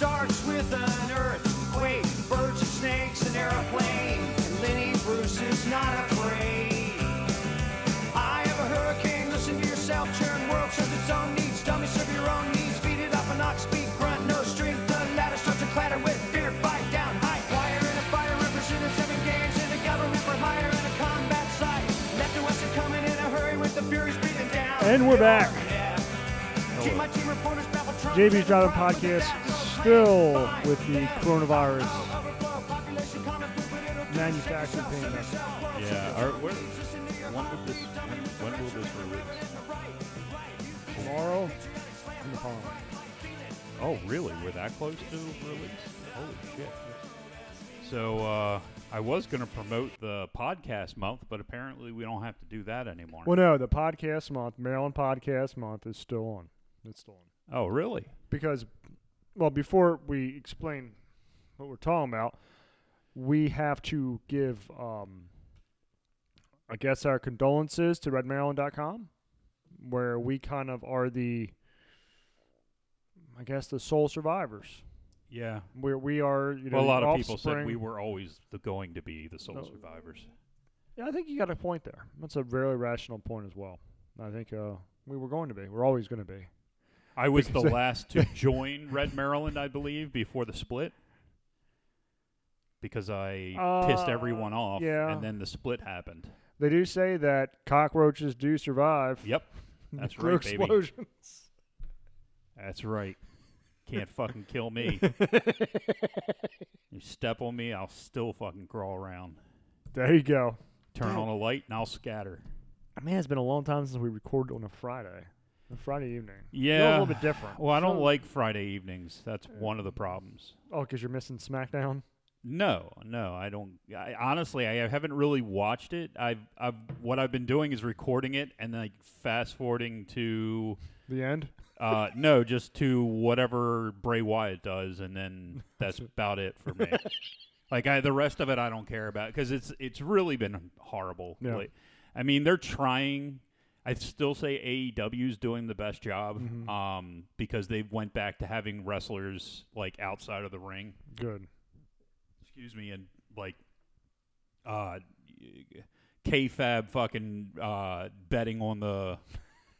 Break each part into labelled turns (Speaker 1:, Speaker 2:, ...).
Speaker 1: starts with an earthquake, birds and snakes, an airplane. And Lenny Bruce is not afraid. I have a hurricane, listen to yourself, churn world serves its own needs. Dummy serve your own needs, feed it up an ox, speak grunt, no strength. The ladder starts to clatter with fear, bite down, height. Wire and a fire represented seven games in the government for hire and a combat site. Left and west are coming in a hurry with the furies breathing down.
Speaker 2: And we're back.
Speaker 1: Team, my team reporters babble Trump,
Speaker 2: JB's Driving
Speaker 1: Trump, but the
Speaker 2: Podcast
Speaker 1: bad girls
Speaker 2: still
Speaker 1: ran fine.
Speaker 2: with the coronavirus
Speaker 1: Overflow, population common food, but it'll do.
Speaker 2: manufactured payment.
Speaker 3: Yeah. Are, where, when, will this, when, when will this release?
Speaker 2: Tomorrow and the following.
Speaker 3: Oh, really? We're that close to release? Holy shit. So uh, I was going to promote the podcast month, but apparently we don't have to do that anymore.
Speaker 2: Well, no, the podcast month, Maryland Podcast Month, is still on. It's still on.
Speaker 3: Oh, really?
Speaker 2: because well before we explain what we're talking about we have to give um, i guess our condolences to redmaryland.com where we kind of are the i guess the sole survivors
Speaker 3: Yeah.
Speaker 2: where we are you know
Speaker 3: well, a
Speaker 2: the
Speaker 3: lot of people said
Speaker 2: offspring- Oh.
Speaker 3: we were always the, going to be the sole
Speaker 2: No.
Speaker 3: survivors.
Speaker 2: yeah, i think you got a point there that's a very rational point as well i think uh, we were going to be we're always going to be
Speaker 3: I was the
Speaker 2: Because-
Speaker 3: last to join Red Maryland, I believe, before the split. Because I pissed
Speaker 2: Uh,
Speaker 3: everyone off,
Speaker 2: yeah.
Speaker 3: and then the split happened.
Speaker 2: they do say that cockroaches do survive
Speaker 3: Yep, that's
Speaker 2: nuclear
Speaker 3: right, baby.
Speaker 2: explosions.
Speaker 3: That's right. Can't fucking kill me. you step on me, I'll still fucking crawl around.
Speaker 2: There you go.
Speaker 3: Turn on a light, and I'll scatter.
Speaker 2: I mean, it's been a long time since we recorded on a Friday, a Friday evening. a
Speaker 3: Yeah,
Speaker 2: little bit different.
Speaker 3: Well, I don't
Speaker 2: Feels-
Speaker 3: like Friday evenings. That's one of the problems.
Speaker 2: Oh, because you're missing SmackDown.
Speaker 3: No, no, I don't. I, honestly, I haven't really watched it. I've, I've, what I've been doing is recording it and like fast forwarding to,
Speaker 2: The end.
Speaker 3: uh, no, just to whatever Bray Wyatt does, and then that's about it for me. like I, the rest of it, I don't care about because it's, it's really been horrible.
Speaker 2: Yeah.
Speaker 3: Like, I mean, they're trying. I still say AEW's doing the best job um, because they went back to having wrestlers like outside of the ring
Speaker 2: Good.
Speaker 3: excuse me, and like uh KFAB fucking uh betting on the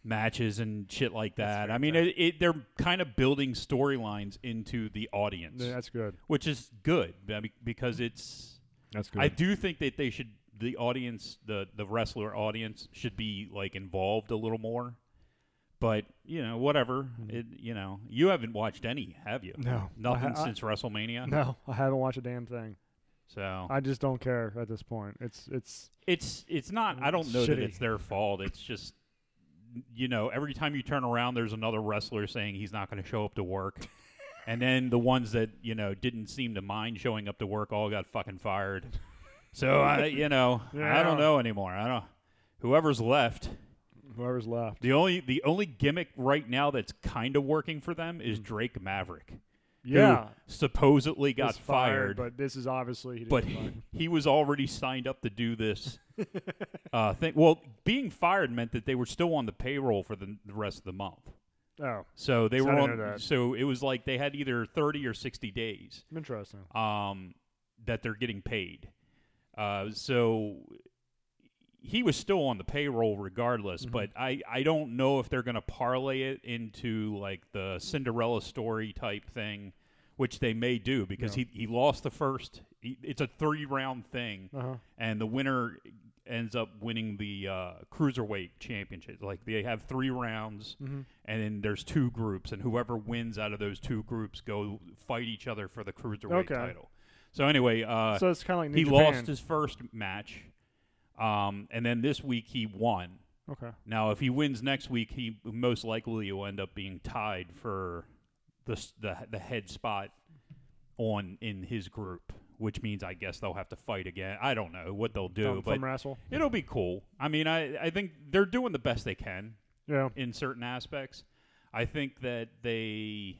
Speaker 3: matches and shit like that. I mean, it, it, they're kind of building storylines into the audience,
Speaker 2: Yeah, that's good.
Speaker 3: which is good I mean, because it's.
Speaker 2: That's
Speaker 3: I do think that they should the audience the the wrestler audience should be like involved a little more. But you know, whatever. It, you know, you haven't watched any, have you?
Speaker 2: Mm-hmm. No.
Speaker 3: nothing
Speaker 2: I- I-
Speaker 3: since WrestleMania.
Speaker 2: no, I haven't watched a damn thing.
Speaker 3: So
Speaker 2: I just don't care at this point. It's it's
Speaker 3: it's it's not i don't know that
Speaker 2: Shitty.
Speaker 3: it's their fault it's just you know every time you turn around there's another wrestler saying he's not going to show up to work and then the ones that you know didn't seem to mind showing up to work all got fucking fired so i you know i
Speaker 2: Yeah.
Speaker 3: don't know anymore i don't whoever's left
Speaker 2: whoever's left.
Speaker 3: the only the only gimmick right now that's kind of working for them is drake maverick who
Speaker 2: Mm. Yeah,
Speaker 3: supposedly got
Speaker 2: it's fired, but this is obviously he didn't
Speaker 3: but
Speaker 2: get
Speaker 3: he,
Speaker 2: fired.
Speaker 3: he was already signed up to do this uh, thing. Well, being fired meant that they were still on the payroll for the, the rest of the month.
Speaker 2: oh,
Speaker 3: So they
Speaker 2: So I
Speaker 3: were
Speaker 2: didn't
Speaker 3: on.
Speaker 2: know that.
Speaker 3: So it was like they had either thirty or sixty days
Speaker 2: interesting.
Speaker 3: um, that they're getting paid. Uh, so he was still on the payroll regardless, but I, I don't know if they're going to parlay it into like the Cinderella story type thing, which they may do because he, he lost the first. He, it's a three round thing,
Speaker 2: Uh huh.
Speaker 3: and the winner ends up winning the uh, cruiserweight championship. Like they have three rounds,
Speaker 2: Mm-hmm.
Speaker 3: and then there's two groups, and whoever wins out of those two groups go fight each other for the cruiserweight
Speaker 2: Okay.
Speaker 3: title. So anyway, uh,
Speaker 2: so it's kind of like New
Speaker 3: he
Speaker 2: Japan.
Speaker 3: lost his first match, um, and then this week he won.
Speaker 2: okay.
Speaker 3: Now, if he wins next week, he most likely will end up being tied for the s- the, the head spot on in his group, which means I guess they'll have to fight again. I don't know what they'll do,
Speaker 2: Dumb
Speaker 3: but
Speaker 2: thumb wrestle.
Speaker 3: it'll be cool. I mean, I I think they're doing the best they can
Speaker 2: Yeah.
Speaker 3: in certain aspects. I think that they.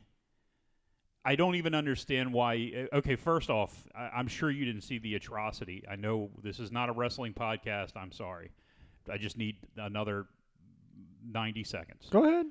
Speaker 3: I don't even understand why. uh, Okay, first off, I, I'm sure you didn't see the atrocity. I know this is not a wrestling podcast. I'm sorry. I just need another 90 seconds.
Speaker 2: Go ahead.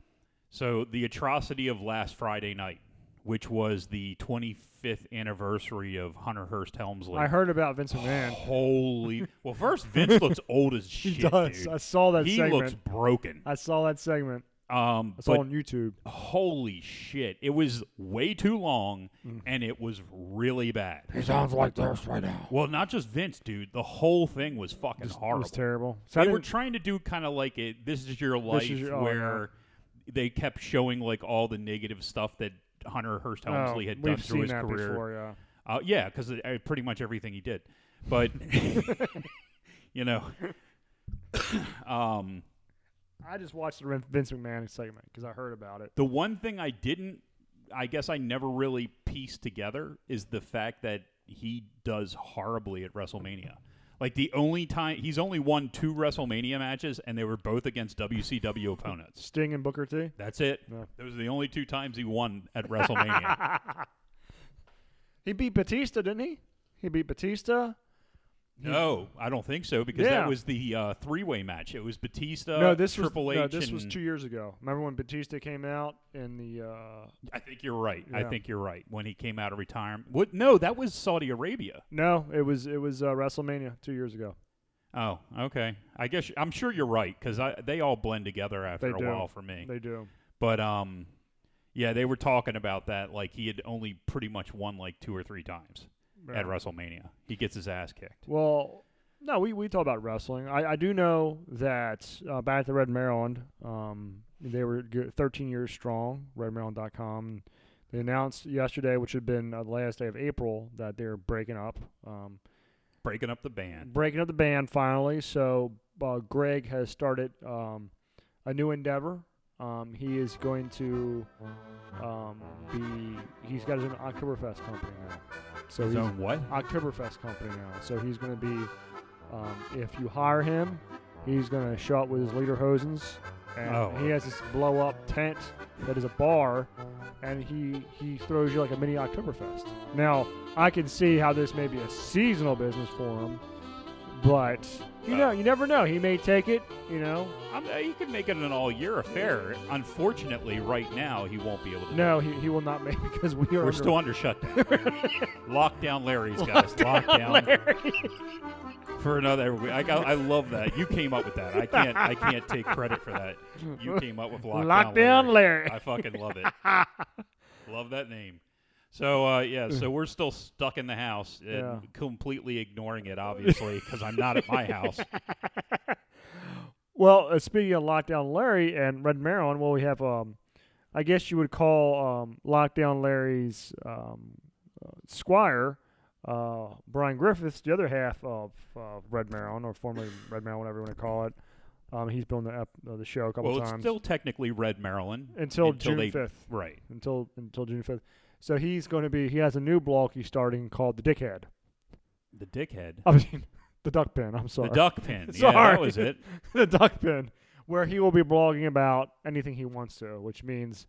Speaker 3: So, the atrocity of last Friday night which was the 25th anniversary of Hunter Hearst Helmsley.
Speaker 2: I heard about Vincent Mann.
Speaker 3: Holy! well, first Vince looks old as
Speaker 2: He
Speaker 3: shit.
Speaker 2: does.
Speaker 3: dude.
Speaker 2: I saw that
Speaker 3: he
Speaker 2: segment.
Speaker 3: looks broken.
Speaker 2: I saw that segment.
Speaker 3: Um,
Speaker 2: I saw
Speaker 3: but
Speaker 2: on YouTube.
Speaker 3: holy shit, it was way too long,
Speaker 2: Mm.
Speaker 3: and it was really bad.
Speaker 2: He sounds like this right now.
Speaker 3: Well, not just Vince, dude. The whole thing was fucking
Speaker 2: It
Speaker 3: horrible.
Speaker 2: was terrible. So I
Speaker 3: they were
Speaker 2: didn't-
Speaker 3: trying to do kind of like a "This Is Your Life,"
Speaker 2: This Is Your- oh,
Speaker 3: where they kept showing like all the negative stuff that Hunter Hearst
Speaker 2: oh,
Speaker 3: Helmsley had done
Speaker 2: we've
Speaker 3: through
Speaker 2: seen
Speaker 3: his
Speaker 2: that
Speaker 3: career.
Speaker 2: before. Yeah.
Speaker 3: Uh, yeah, because uh, pretty much everything he did, but you know, um,
Speaker 2: I just watched the Rin- Vince McMahon segment because I heard about it.
Speaker 3: the one thing I didn't, I guess I never really pieced together is the fact that he does horribly at WrestleMania. Like the only time he's only won two WrestleMania matches, and they were both against WCW opponents.
Speaker 2: Sting and Booker T.
Speaker 3: That's it.
Speaker 2: Yeah.
Speaker 3: Those are the only two times he won at WrestleMania.
Speaker 2: He beat Batista, didn't he? He beat Batista.
Speaker 3: no, I don't think so because
Speaker 2: Yeah.
Speaker 3: that was the uh, three-way match. It was Batista,
Speaker 2: no, this
Speaker 3: Uh, Triple
Speaker 2: was
Speaker 3: H,
Speaker 2: no, this
Speaker 3: and
Speaker 2: was two years ago. Remember when Batista came out in the? Uh,
Speaker 3: I think you're right. I
Speaker 2: Yeah.
Speaker 3: think you're right. When he came out of retirement, what? No, that was Saudi Arabia.
Speaker 2: no, it was it was uh, WrestleMania two years ago.
Speaker 3: Oh, okay. I guess I'm sure you're right because they all blend together after
Speaker 2: They
Speaker 3: a
Speaker 2: do.
Speaker 3: while for me.
Speaker 2: They do.
Speaker 3: but um, yeah, they were talking about that. Like he had only pretty much won like two or three times
Speaker 2: Yeah.
Speaker 3: at WrestleMania. He gets his ass kicked.
Speaker 2: Well, no, we, we talk about wrestling. I, I do know that uh, back at the Red Maryland, um, they were good, 13 years strong, redmaryland.com. They announced yesterday, which had been uh, the last day of April, that they're breaking up. Um,
Speaker 3: Breaking up the band.
Speaker 2: breaking up the band finally. So uh, Greg has started um, a new endeavor. Um, he is going to um, be. He's got his own Oktoberfest company now. So
Speaker 3: His
Speaker 2: he's
Speaker 3: own what?
Speaker 2: Oktoberfest company now. So he's going to be. Um, if you hire him, he's going to show up with his lederhosens, and
Speaker 3: Oh.
Speaker 2: he has this blow up tent that is a bar, and he he throws you like a mini Oktoberfest. Now I can see how this may be a seasonal business for him, but you
Speaker 3: Uh.
Speaker 2: know you never know. He may take it. You know,
Speaker 3: I'm, uh, you can make it an all-year affair. Unfortunately, right now he won't be able to. do
Speaker 2: no, he, he will not make because we are
Speaker 3: We're
Speaker 2: under-
Speaker 3: still under shutdown. Lockdown Larry's, guys. Lockdown, for another week. I, got- I love that. You came up with that. I can't I can't take credit for that. You came up with Lockdown,
Speaker 2: Lockdown Larry.
Speaker 3: I fucking love it. love that name. So uh, yeah, so we're still stuck in the house and
Speaker 2: Yeah.
Speaker 3: completely ignoring it, obviously, because I'm not at my house.
Speaker 2: Well, uh, speaking of Lockdown Larry and Red Maryland, well, we have, um, I guess you would call um, Lockdown Larry's um, uh, squire, uh, Brian Griffiths, the other half of uh, Red Maryland, or formerly Red Maryland, whatever you want to call it. Um, he's been on the, ep- uh, the show a couple
Speaker 3: well, it's
Speaker 2: times.
Speaker 3: still technically Red Maryland
Speaker 2: Until June
Speaker 3: they-
Speaker 2: 5th.
Speaker 3: right?
Speaker 2: until until June 5th. So he's going to be, he has a new blog he's starting called The Dickhead.
Speaker 3: The dickhead,
Speaker 2: I mean, The Duck Pen, I'm
Speaker 3: the
Speaker 2: sorry.
Speaker 3: duck pin. Yeah,
Speaker 2: Uh, Sorry.
Speaker 3: that was it.
Speaker 2: the duck pen, where he will be blogging about anything he wants to, which means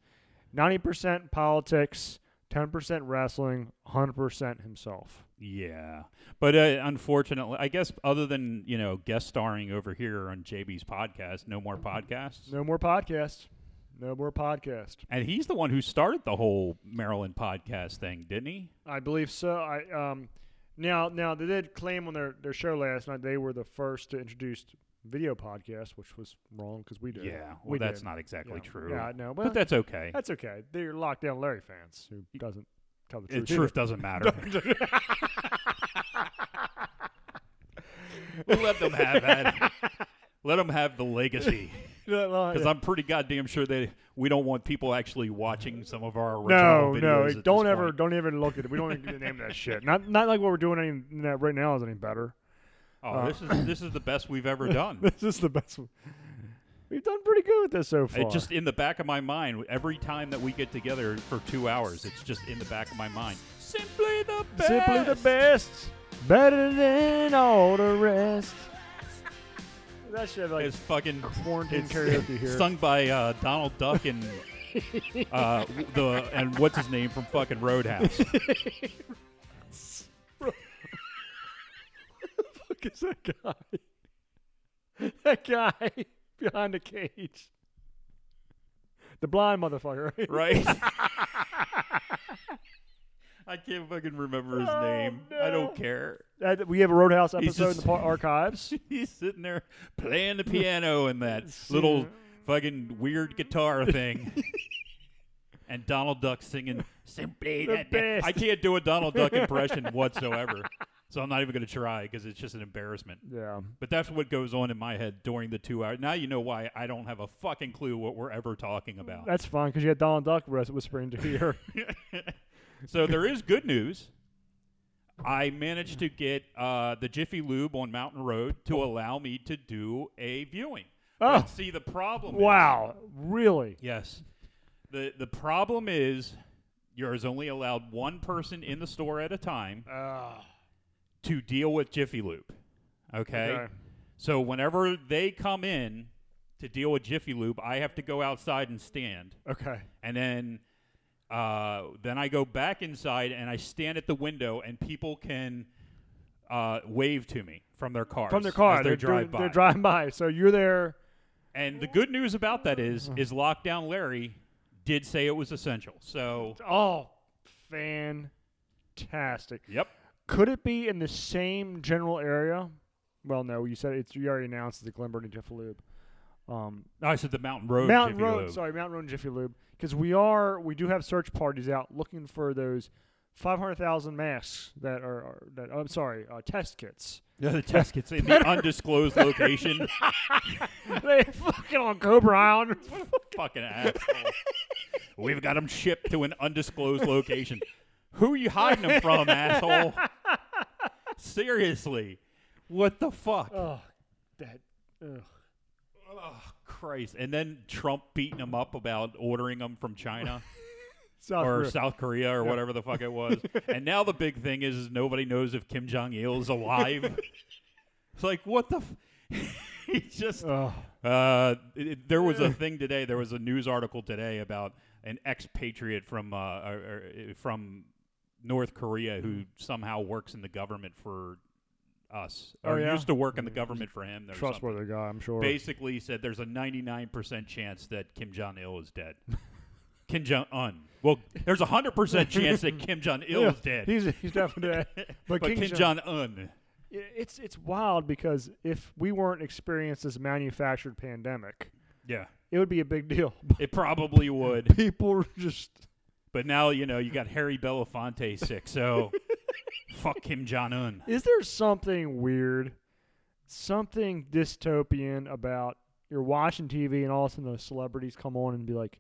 Speaker 2: 90% politics, 10% wrestling, 100% himself.
Speaker 3: Yeah, but uh, unfortunately, I guess other than you know guest starring over here on JB's podcast, no more podcasts.
Speaker 2: No more podcasts. No more podcast.
Speaker 3: And he's the one who started the whole Maryland podcast thing, didn't he?
Speaker 2: I believe so. I um now now they did claim on their their show last night they were the first to introduce video podcast, which was wrong because we did.
Speaker 3: Yeah. Well,
Speaker 2: we
Speaker 3: that's
Speaker 2: did.
Speaker 3: not exactly
Speaker 2: Yeah.
Speaker 3: true.
Speaker 2: Yeah, no, well,
Speaker 3: but that's okay.
Speaker 2: Uh, that's okay. They're lockdown Larry fans who doesn't tell the
Speaker 3: The
Speaker 2: truth.
Speaker 3: truth doesn't matter. Let them have that. Let them have the legacy. Because
Speaker 2: Because
Speaker 3: I'm pretty goddamn sure they we don't want people actually watching some of our
Speaker 2: No,
Speaker 3: original videos.
Speaker 2: no,
Speaker 3: at this
Speaker 2: don't ever,
Speaker 3: point.
Speaker 2: don't even look at it. We don't even get the name of that shit. Not, not like what we're doing any, that right now is any better.
Speaker 3: Oh,
Speaker 2: uh,
Speaker 3: this is this is the best we've ever done.
Speaker 2: This is the best one. We've done pretty good with this so far.
Speaker 3: It just in the back of my mind every time that we get together for two hours. It's just in the back of my mind. Simply the best.
Speaker 2: simply the best, better than all the rest. That should have like
Speaker 3: It's fucking
Speaker 2: quarantine
Speaker 3: it's
Speaker 2: karaoke here.
Speaker 3: Sung by uh, Donald Duck and uh, the and what's his name from fucking Roadhouse.
Speaker 2: fuck is that guy? That guy behind the cage, the blind motherfucker.
Speaker 3: right? I can't fucking remember his
Speaker 2: Oh,
Speaker 3: name. I
Speaker 2: no.
Speaker 3: don't care.
Speaker 2: Uh, we have a Roadhouse
Speaker 3: He's
Speaker 2: episode in the
Speaker 3: just-
Speaker 2: par- archives.
Speaker 3: He's sitting there playing the piano and that little fucking weird guitar thing. and Donald Duck singing simply
Speaker 2: The
Speaker 3: that that- I
Speaker 2: best.
Speaker 3: can't do a Donald Duck impression whatsoever. So I'm not even going to try because it's just an embarrassment.
Speaker 2: Yeah.
Speaker 3: But that's what goes on in my head during the two hours. Now you know why I don't have a fucking clue what we're ever talking about.
Speaker 2: That's fine because you had Donald Duck whis- whispering to your
Speaker 3: so there is good news. I managed to get uh, the Jiffy Lube on Mountain Road to allow me to do a viewing.
Speaker 2: Oh.
Speaker 3: But see, the problem. is-
Speaker 2: Wow. Really?
Speaker 3: yes. The the problem is you're is only allowed one person in the store at a time
Speaker 2: Ah.
Speaker 3: to deal with Jiffy Lube. okay. So whenever they come in to deal with Jiffy Lube, I have to go outside and stand,
Speaker 2: Okay.
Speaker 3: and then uh, then I go back inside and I stand at the window, and people can uh, wave to me from their cars
Speaker 2: From their
Speaker 3: as
Speaker 2: car.
Speaker 3: they
Speaker 2: They're
Speaker 3: drive by.
Speaker 2: They're driving by. So you're there.
Speaker 3: and the good news about that is is lockdown Larry did say it was essential. So
Speaker 2: Oh, fantastic.
Speaker 3: yep,
Speaker 2: Could it be in the same general area? Well, no. You said it's. You already announced the Glen Burnie Jiffy Lube. Um,
Speaker 3: No, I said the Mountain Road.
Speaker 2: Mountain
Speaker 3: Oh, Jiffy
Speaker 2: Road.
Speaker 3: Lube.
Speaker 2: Sorry, Mountain Road and Jiffy Lube. Because we are. We do have search parties out looking for those. Five hundred thousand masks that are, are that I'm sorry, uh, test kits.
Speaker 3: Yeah, the test kits in the undisclosed location.
Speaker 2: they fucking on Cobra Island.
Speaker 3: fucking asshole. We've got them shipped to an undisclosed location. Who are you hiding them from, asshole? Seriously, what the fuck?
Speaker 2: oh, that. Ugh.
Speaker 3: Oh, Christ! And then Trump beating them up about ordering them from China
Speaker 2: South
Speaker 3: or
Speaker 2: Korea.
Speaker 3: South Korea or whatever the fuck it was. and now the big thing is, is nobody knows if Kim Jong Il is alive. it's like what the. F- He's just
Speaker 2: Ugh.
Speaker 3: Uh, it, it- there was
Speaker 2: Mm.
Speaker 3: a thing today. There was a news article today about an expatriate from uh, or, or, uh, from North Korea who somehow works in the government for us,
Speaker 2: Oh,
Speaker 3: or
Speaker 2: yeah?
Speaker 3: used to work in the government for him. or something.
Speaker 2: trustworthy guy, I'm sure.
Speaker 3: Basically, said there's a 99% chance that Kim Jong Il is dead. Kim Jong Un. Well, there's a 100% chance that Kim Jong Il is dead.
Speaker 2: He's he's definitely dead. But,
Speaker 3: but Kim Jong Un.
Speaker 2: it's it's wild because if we weren't experienced this manufactured pandemic,
Speaker 3: Yeah,
Speaker 2: it would be a big deal. But
Speaker 3: it probably would.
Speaker 2: people are just
Speaker 3: But now you know you got Harry Belafonte sick, so fuck Kim Jong Un.
Speaker 2: is there something weird, something dystopian about you're watching TV and all of a sudden those celebrities come on and be like,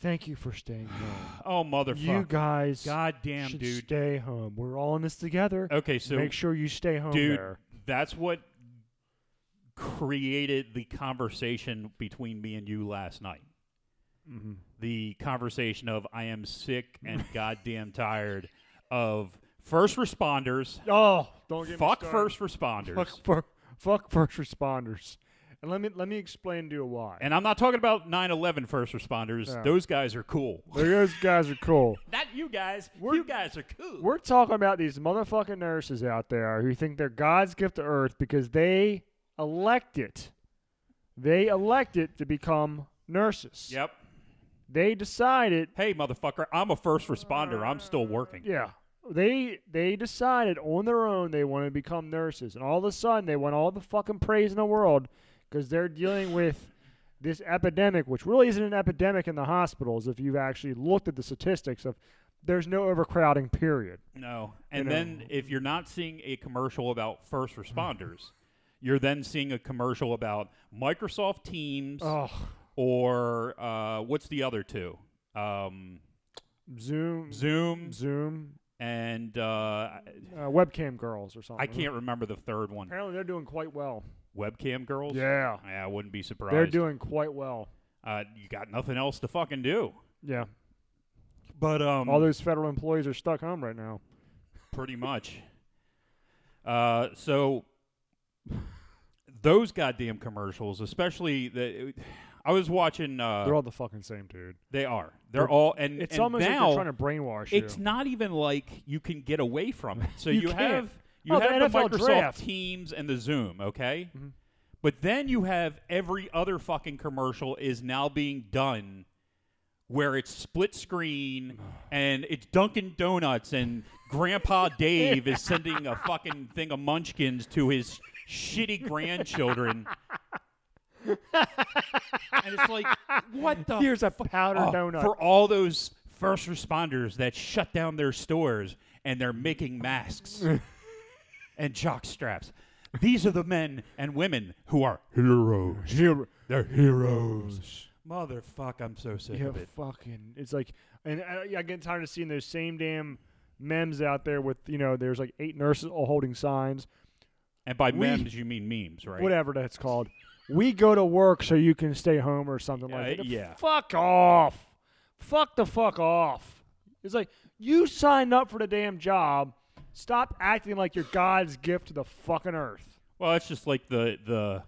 Speaker 2: "Thank you for staying home.
Speaker 3: Oh motherfucker!
Speaker 2: you guys,
Speaker 3: goddamn
Speaker 2: should
Speaker 3: dude.
Speaker 2: stay home. We're all in this together.
Speaker 3: okay, so
Speaker 2: Make sure you stay home,
Speaker 3: dude,
Speaker 2: there.
Speaker 3: that's what created the conversation between me and you last night.
Speaker 2: Mm-hmm.
Speaker 3: The conversation of I am sick and goddamn tired of first responders.
Speaker 2: Oh, don't get me
Speaker 3: Fuck
Speaker 2: started.
Speaker 3: first responders.
Speaker 2: Fuck, fir- fuck first responders. And let me let me explain to you why.
Speaker 3: And I'm not talking about 9/11 first responders.
Speaker 2: Yeah.
Speaker 3: Those guys are cool.
Speaker 2: Those guys are cool.
Speaker 3: Not you guys.
Speaker 2: We're-
Speaker 3: you guys are cool.
Speaker 2: We're talking about these motherfucking nurses out there who think they're God's gift to earth because they elected, they elected to become nurses.
Speaker 3: yep.
Speaker 2: They decided,
Speaker 3: Hey, motherfucker, I'm a first responder. I'm still working.
Speaker 2: yeah, they they decided on their own they want to become nurses, and all of a sudden they want all the fucking praise in the world because they're dealing with this epidemic, which really isn't an epidemic in the hospitals if you've actually looked at the statistics of there's no overcrowding. Period.
Speaker 3: No. And
Speaker 2: know.
Speaker 3: then if you're not seeing a commercial about first responders, you're then seeing a commercial about Microsoft Teams
Speaker 2: Oh,
Speaker 3: or uh, what's the other two? Um,
Speaker 2: Zoom,
Speaker 3: Zoom
Speaker 2: Zoom,
Speaker 3: and uh,
Speaker 2: uh, webcam girls or something.
Speaker 3: I can't remember the third one.
Speaker 2: Apparently, they're doing quite well.
Speaker 3: Webcam girls?
Speaker 2: Yeah,
Speaker 3: Yeah, I wouldn't be surprised.
Speaker 2: they're doing quite well.
Speaker 3: uh, you got nothing else to fucking do.
Speaker 2: Yeah,
Speaker 3: But um,
Speaker 2: all those federal employees are stuck home right now.
Speaker 3: pretty much. Uh, so those goddamn commercials, especially the, I was watching. Uh,
Speaker 2: They're all the fucking same, dude.
Speaker 3: they are. They're all and
Speaker 2: It's
Speaker 3: and
Speaker 2: almost
Speaker 3: now
Speaker 2: like they're trying to brainwash
Speaker 3: it's
Speaker 2: you.
Speaker 3: not even like you can get away from it. So
Speaker 2: You
Speaker 3: you,
Speaker 2: can't.
Speaker 3: have you
Speaker 2: Oh, the
Speaker 3: have the,
Speaker 2: NFL
Speaker 3: Microsoft
Speaker 2: draft. Mm-hmm.
Speaker 3: Teams and the Zoom, okay? But then you have every other fucking commercial is now being done where it's split screen and it's Dunkin' Donuts and Grandpa Dave is sending a fucking thing of munchkins to his shitty grandchildren. and it's like, what the
Speaker 2: Here's a powder
Speaker 3: Oh,
Speaker 2: donut.
Speaker 3: for all those first responders that shut down their stores and they're making masks and jock straps. These are the men and women who are heroes.
Speaker 2: Zero.
Speaker 3: They're heroes. Motherfuck, I'm so sick
Speaker 2: Yeah,
Speaker 3: of it.
Speaker 2: fucking. It's like, and uh, I, I get tired of seeing those same damn memes out there with you know, there's like eight nurses all holding signs,
Speaker 3: And by
Speaker 2: We-
Speaker 3: memes, you mean memes, right?
Speaker 2: whatever that's called. We go to work so you can stay home or something
Speaker 3: Yeah,
Speaker 2: like that.
Speaker 3: Uh, yeah.
Speaker 2: Fuck off. Fuck the fuck off. It's like you signed up for the damn job. Stop acting like you're God's gift to the fucking earth.
Speaker 3: Well, it's just like the the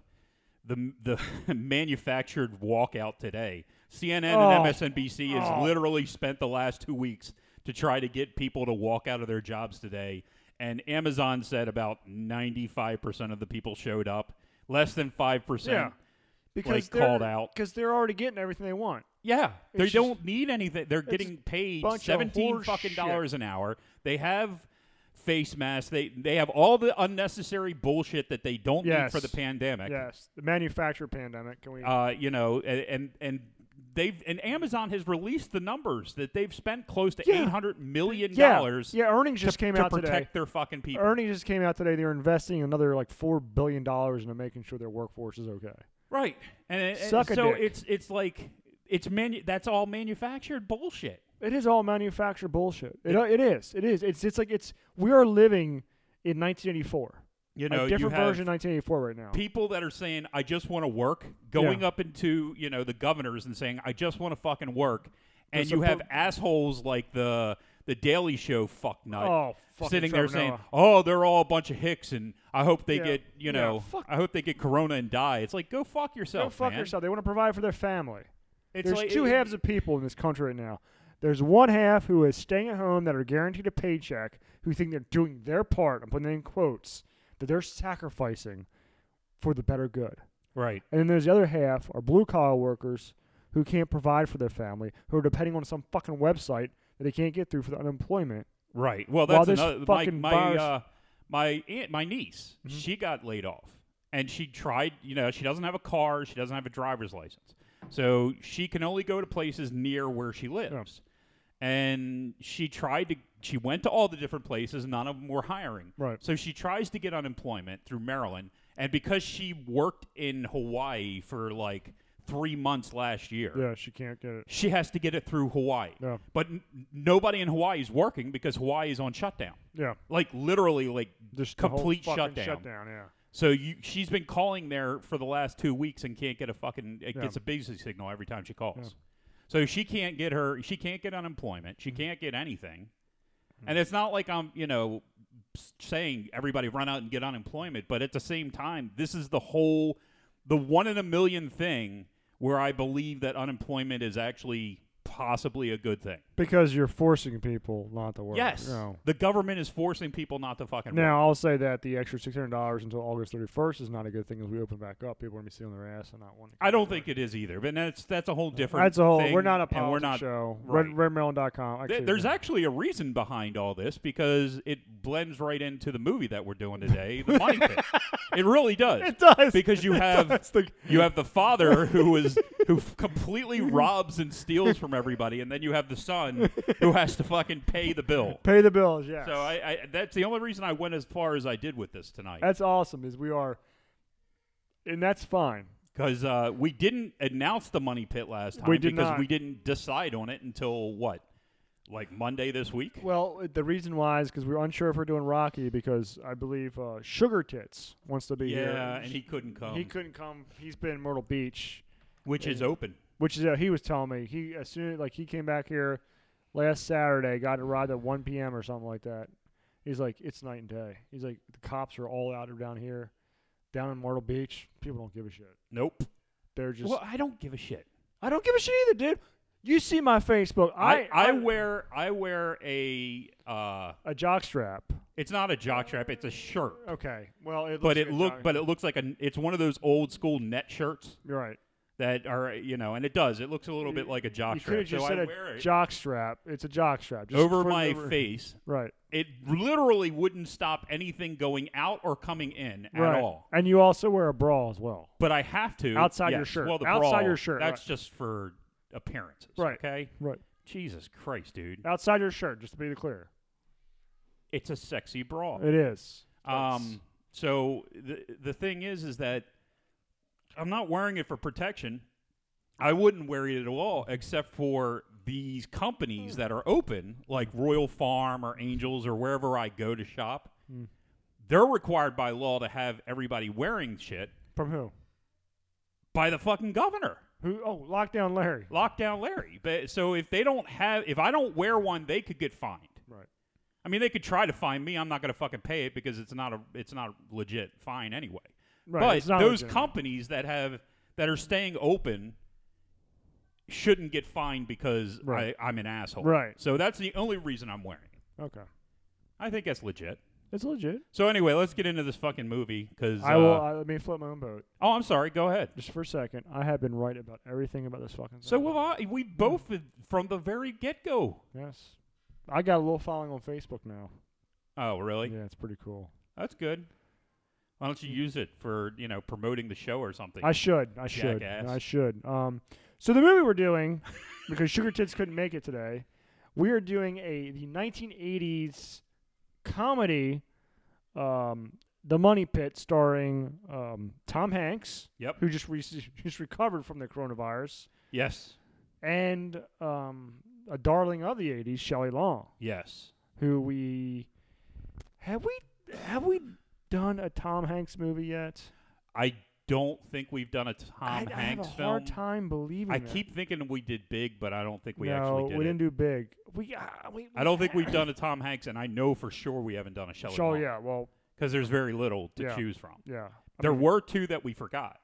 Speaker 3: the the manufactured walkout today. CNN
Speaker 2: Oh.
Speaker 3: and MSNBC has literally spent the last two weeks to try to get people to walk out of their jobs today. And Amazon said about ninety five percent of the people showed up. Less than five
Speaker 2: Yeah.
Speaker 3: percent.
Speaker 2: Because
Speaker 3: Like,
Speaker 2: they're,
Speaker 3: called out.
Speaker 2: because they're already getting everything they want.
Speaker 3: Yeah, they
Speaker 2: It's just-
Speaker 3: don't need anything. They're getting paid
Speaker 2: bunch of
Speaker 3: seventeen
Speaker 2: horse
Speaker 3: fucking
Speaker 2: shit.
Speaker 3: dollars an hour. They have face masks. They they have all the unnecessary bullshit that they don't
Speaker 2: Yes.
Speaker 3: need for the pandemic.
Speaker 2: Yes, the manufacturer pandemic. Can we?
Speaker 3: uh, you know, and, and and they've and Amazon has released the numbers that they've spent close to
Speaker 2: Yeah.
Speaker 3: eight hundred million
Speaker 2: yeah,
Speaker 3: dollars
Speaker 2: yeah. Earnings just came
Speaker 3: to
Speaker 2: out
Speaker 3: protect
Speaker 2: today. Er,
Speaker 3: their fucking people.
Speaker 2: Earnings just came out today. They're investing another like four billion dollars into making sure their workforce is okay.
Speaker 3: right, and, and- and
Speaker 2: Suck a
Speaker 3: so
Speaker 2: dick.
Speaker 3: it's it's like it's manu- that's all manufactured bullshit.
Speaker 2: It is all manufactured bullshit. It, uh, it is. It is. It's. It's like it's. We are living in 1984.
Speaker 3: You know,
Speaker 2: a different
Speaker 3: you have
Speaker 2: version of 1984 right now.
Speaker 3: people that are saying I just want to work, going up into you know the governors and saying I just want to fucking work, and you have
Speaker 2: support-
Speaker 3: assholes like the the Daily Show fuck nut.
Speaker 2: Oh, fucking
Speaker 3: sitting there
Speaker 2: Trevor
Speaker 3: saying,
Speaker 2: Noah.
Speaker 3: "Oh, they're all a bunch of hicks, and I hope they
Speaker 2: Yeah.
Speaker 3: get you
Speaker 2: Yeah,
Speaker 3: know,
Speaker 2: fuck-
Speaker 3: I hope they get corona and die." It's like, go fuck
Speaker 2: Go
Speaker 3: yourself,
Speaker 2: fuck
Speaker 3: man.
Speaker 2: yourself. They want to provide for their family.
Speaker 3: It's
Speaker 2: There's
Speaker 3: like,
Speaker 2: two
Speaker 3: it-
Speaker 2: halves of people in this country right now. There's one half who is staying at home that are guaranteed a paycheck, who think they're doing their part. I'm putting that in quotes that they're sacrificing for the better good.
Speaker 3: right?
Speaker 2: And then there's the other half are blue collar workers who can't provide for their family, who are depending on some fucking website that they can't get through for the unemployment.
Speaker 3: Right. Well,
Speaker 2: While
Speaker 3: that's
Speaker 2: this
Speaker 3: another. My
Speaker 2: fucking
Speaker 3: my
Speaker 2: virus- Mm-hmm.
Speaker 3: uh, my aunt, my niece, she got laid off, and she tried. You know, she doesn't have a car. She doesn't have a driver's license, so she can only go to places near where she lives. And she tried to. She went to all the different places. None of them were hiring.
Speaker 2: Right.
Speaker 3: So she tries to get unemployment through Maryland, and because she worked in Hawaii for like three months last year,
Speaker 2: Yeah, she can't get it.
Speaker 3: she has to get it through Hawaii.
Speaker 2: Yeah.
Speaker 3: But n- nobody in Hawaii is working because Hawaii is on shutdown.
Speaker 2: Yeah.
Speaker 3: Like literally, like
Speaker 2: Just the whole
Speaker 3: complete
Speaker 2: fucking
Speaker 3: shutdown.
Speaker 2: shutdown. Yeah.
Speaker 3: So you, she's been calling there for the last two weeks and can't get a fucking. It
Speaker 2: Yeah.
Speaker 3: gets a busy signal every time she calls. So she can't get her. She can't get unemployment.
Speaker 2: Mm-hmm.
Speaker 3: She can't get anything. And it's not like I'm, you know, s- saying everybody run out and get unemployment, but at the same time, this is the whole, the one in a million thing where I believe that unemployment is actually possibly a good thing.
Speaker 2: Because you're forcing people not to work.
Speaker 3: Yes,
Speaker 2: No.
Speaker 3: the government is forcing people not to fucking. work.
Speaker 2: Now I'll say that the extra six hundred dollars until August thirty first is not a good thing as we open back up. People are gonna be sitting on their ass and not wanting. to
Speaker 3: I don't
Speaker 2: work.
Speaker 3: think it is either, but that's that's a whole different.
Speaker 2: that's a whole.
Speaker 3: thing,
Speaker 2: we're not a
Speaker 3: and
Speaker 2: politics
Speaker 3: we're not
Speaker 2: show.
Speaker 3: right.
Speaker 2: Red, redmelon.com.
Speaker 3: Th-
Speaker 2: Actually,
Speaker 3: there's
Speaker 2: no.
Speaker 3: actually a reason behind all this because it blends right into the movie that we're doing today, The Money Pit. It really does.
Speaker 2: It does.
Speaker 3: because you
Speaker 2: It
Speaker 3: have
Speaker 2: does. The-
Speaker 3: you have the father who is who f- completely robs and steals from everybody, and then you have the son who has to fucking pay the bill.
Speaker 2: pay the bills. Yeah.
Speaker 3: So I, I that's the only reason I went as far as I did with this tonight
Speaker 2: that's awesome. Is we are, and that's fine.
Speaker 3: because uh, we didn't announce the Money Pit last time
Speaker 2: We did
Speaker 3: because
Speaker 2: not.
Speaker 3: we didn't decide on it until what. Like Monday this week?
Speaker 2: Well, the reason why is because we are unsure if we're doing Rocky because I believe uh, Sugar Tits wants to be here.
Speaker 3: Yeah, and he couldn't come.
Speaker 2: he couldn't come. He's been in Myrtle Beach.
Speaker 3: which is open.
Speaker 2: which is uh, he was telling me he as soon like he came back here last Saturday, got a ride at 1 p.m. or something like that. He's like, it's night and day. He's like, the cops are all out down here, down in Myrtle Beach. People don't give a shit.
Speaker 3: Nope.
Speaker 2: They're just.
Speaker 3: well, I don't give a shit.
Speaker 2: I don't give a shit either, dude. You see my Facebook?
Speaker 3: I,
Speaker 2: I
Speaker 3: I, wear I wear a uh,
Speaker 2: a jockstrap.
Speaker 3: it's not a jockstrap, it's a shirt.
Speaker 2: Okay, well, it looks
Speaker 3: But
Speaker 2: like
Speaker 3: it
Speaker 2: a
Speaker 3: look
Speaker 2: jock-
Speaker 3: but it looks like a it's one of those old school net shirts
Speaker 2: You're right.
Speaker 3: that are you know, and it does. It looks a little bit like a jock
Speaker 2: you could
Speaker 3: strap.
Speaker 2: have just
Speaker 3: so
Speaker 2: said
Speaker 3: I
Speaker 2: a
Speaker 3: wear it
Speaker 2: jock strap. It's a jock strap. Just
Speaker 3: over
Speaker 2: for
Speaker 3: my
Speaker 2: the-
Speaker 3: face.
Speaker 2: Right.
Speaker 3: It literally wouldn't stop anything going out or coming in
Speaker 2: right.
Speaker 3: at all.
Speaker 2: And you also wear a bra as well.
Speaker 3: But I have to
Speaker 2: Outside your
Speaker 3: yes.
Speaker 2: shirt.
Speaker 3: Well, the
Speaker 2: Outside
Speaker 3: bra,
Speaker 2: your shirt,
Speaker 3: That's
Speaker 2: right.
Speaker 3: just for appearances.
Speaker 2: Right.
Speaker 3: Okay.
Speaker 2: Right.
Speaker 3: Jesus Christ, dude.
Speaker 2: Outside your shirt, just to be clear.
Speaker 3: It's a sexy bra.
Speaker 2: It is.
Speaker 3: Um, so the the thing is, is that I'm not wearing it for protection. I wouldn't wear it at all, except for these companies that are open, like Royal Farm or Angels or wherever I go to shop. They're required by law to have everybody wearing shit
Speaker 2: From who?
Speaker 3: by the fucking governor,
Speaker 2: Who? Oh, lockdown Larry.
Speaker 3: lockdown Larry. But so if they don't have, if I don't wear one, they could get fined.
Speaker 2: Right.
Speaker 3: I mean, they could try to fine me. I'm not going to fucking pay it because it's not a it's not a legit fine anyway.
Speaker 2: Right, it's
Speaker 3: but
Speaker 2: not
Speaker 3: those
Speaker 2: legitimate.
Speaker 3: companies that have that are staying open shouldn't get fined because
Speaker 2: Right.
Speaker 3: I, I'm an asshole.
Speaker 2: Right.
Speaker 3: So that's the only reason I'm wearing it.
Speaker 2: Okay.
Speaker 3: I think that's legit.
Speaker 2: It's legit.
Speaker 3: So anyway, let's get into this fucking movie because
Speaker 2: I will. I, let me flip my own boat
Speaker 3: oh, I'm sorry. Go ahead.
Speaker 2: just for a second. I have been right about everything about this fucking.
Speaker 3: So
Speaker 2: thing.
Speaker 3: we've all, we both from the very get go.
Speaker 2: yes, I got a little following on Facebook now.
Speaker 3: Oh, really?
Speaker 2: yeah, it's pretty cool.
Speaker 3: That's good. Why don't you use it for you know promoting the show or something?
Speaker 2: I should. I should.
Speaker 3: Jackass.
Speaker 2: I should. Um, so the movie we're doing, because Sugar Tits couldn't make it today, we are doing a the 1980s comedy, um, The Money Pit, starring um, Tom Hanks,
Speaker 3: yep.
Speaker 2: who just re- just recovered from the coronavirus,
Speaker 3: Yes.
Speaker 2: and um, a darling of the 80s, Shelley Long,
Speaker 3: Yes.
Speaker 2: who we have we have we done a Tom Hanks movie yet?
Speaker 3: I don't think we've done a Tom
Speaker 2: I, I have a
Speaker 3: Hanks film.
Speaker 2: hard time believing.
Speaker 3: I
Speaker 2: that.
Speaker 3: keep thinking we did Big, but I don't think we
Speaker 2: Hmm. no,
Speaker 3: actually did
Speaker 2: we
Speaker 3: it.
Speaker 2: didn't do big. We, uh, we,
Speaker 3: I don't think we've done a Tom Hanks, and I know for sure we haven't done a Shelley.
Speaker 2: So Oh, yeah, well,
Speaker 3: because there's very little to
Speaker 2: Yeah.
Speaker 3: choose from.
Speaker 2: yeah. I
Speaker 3: there
Speaker 2: mean,
Speaker 3: were two that we forgot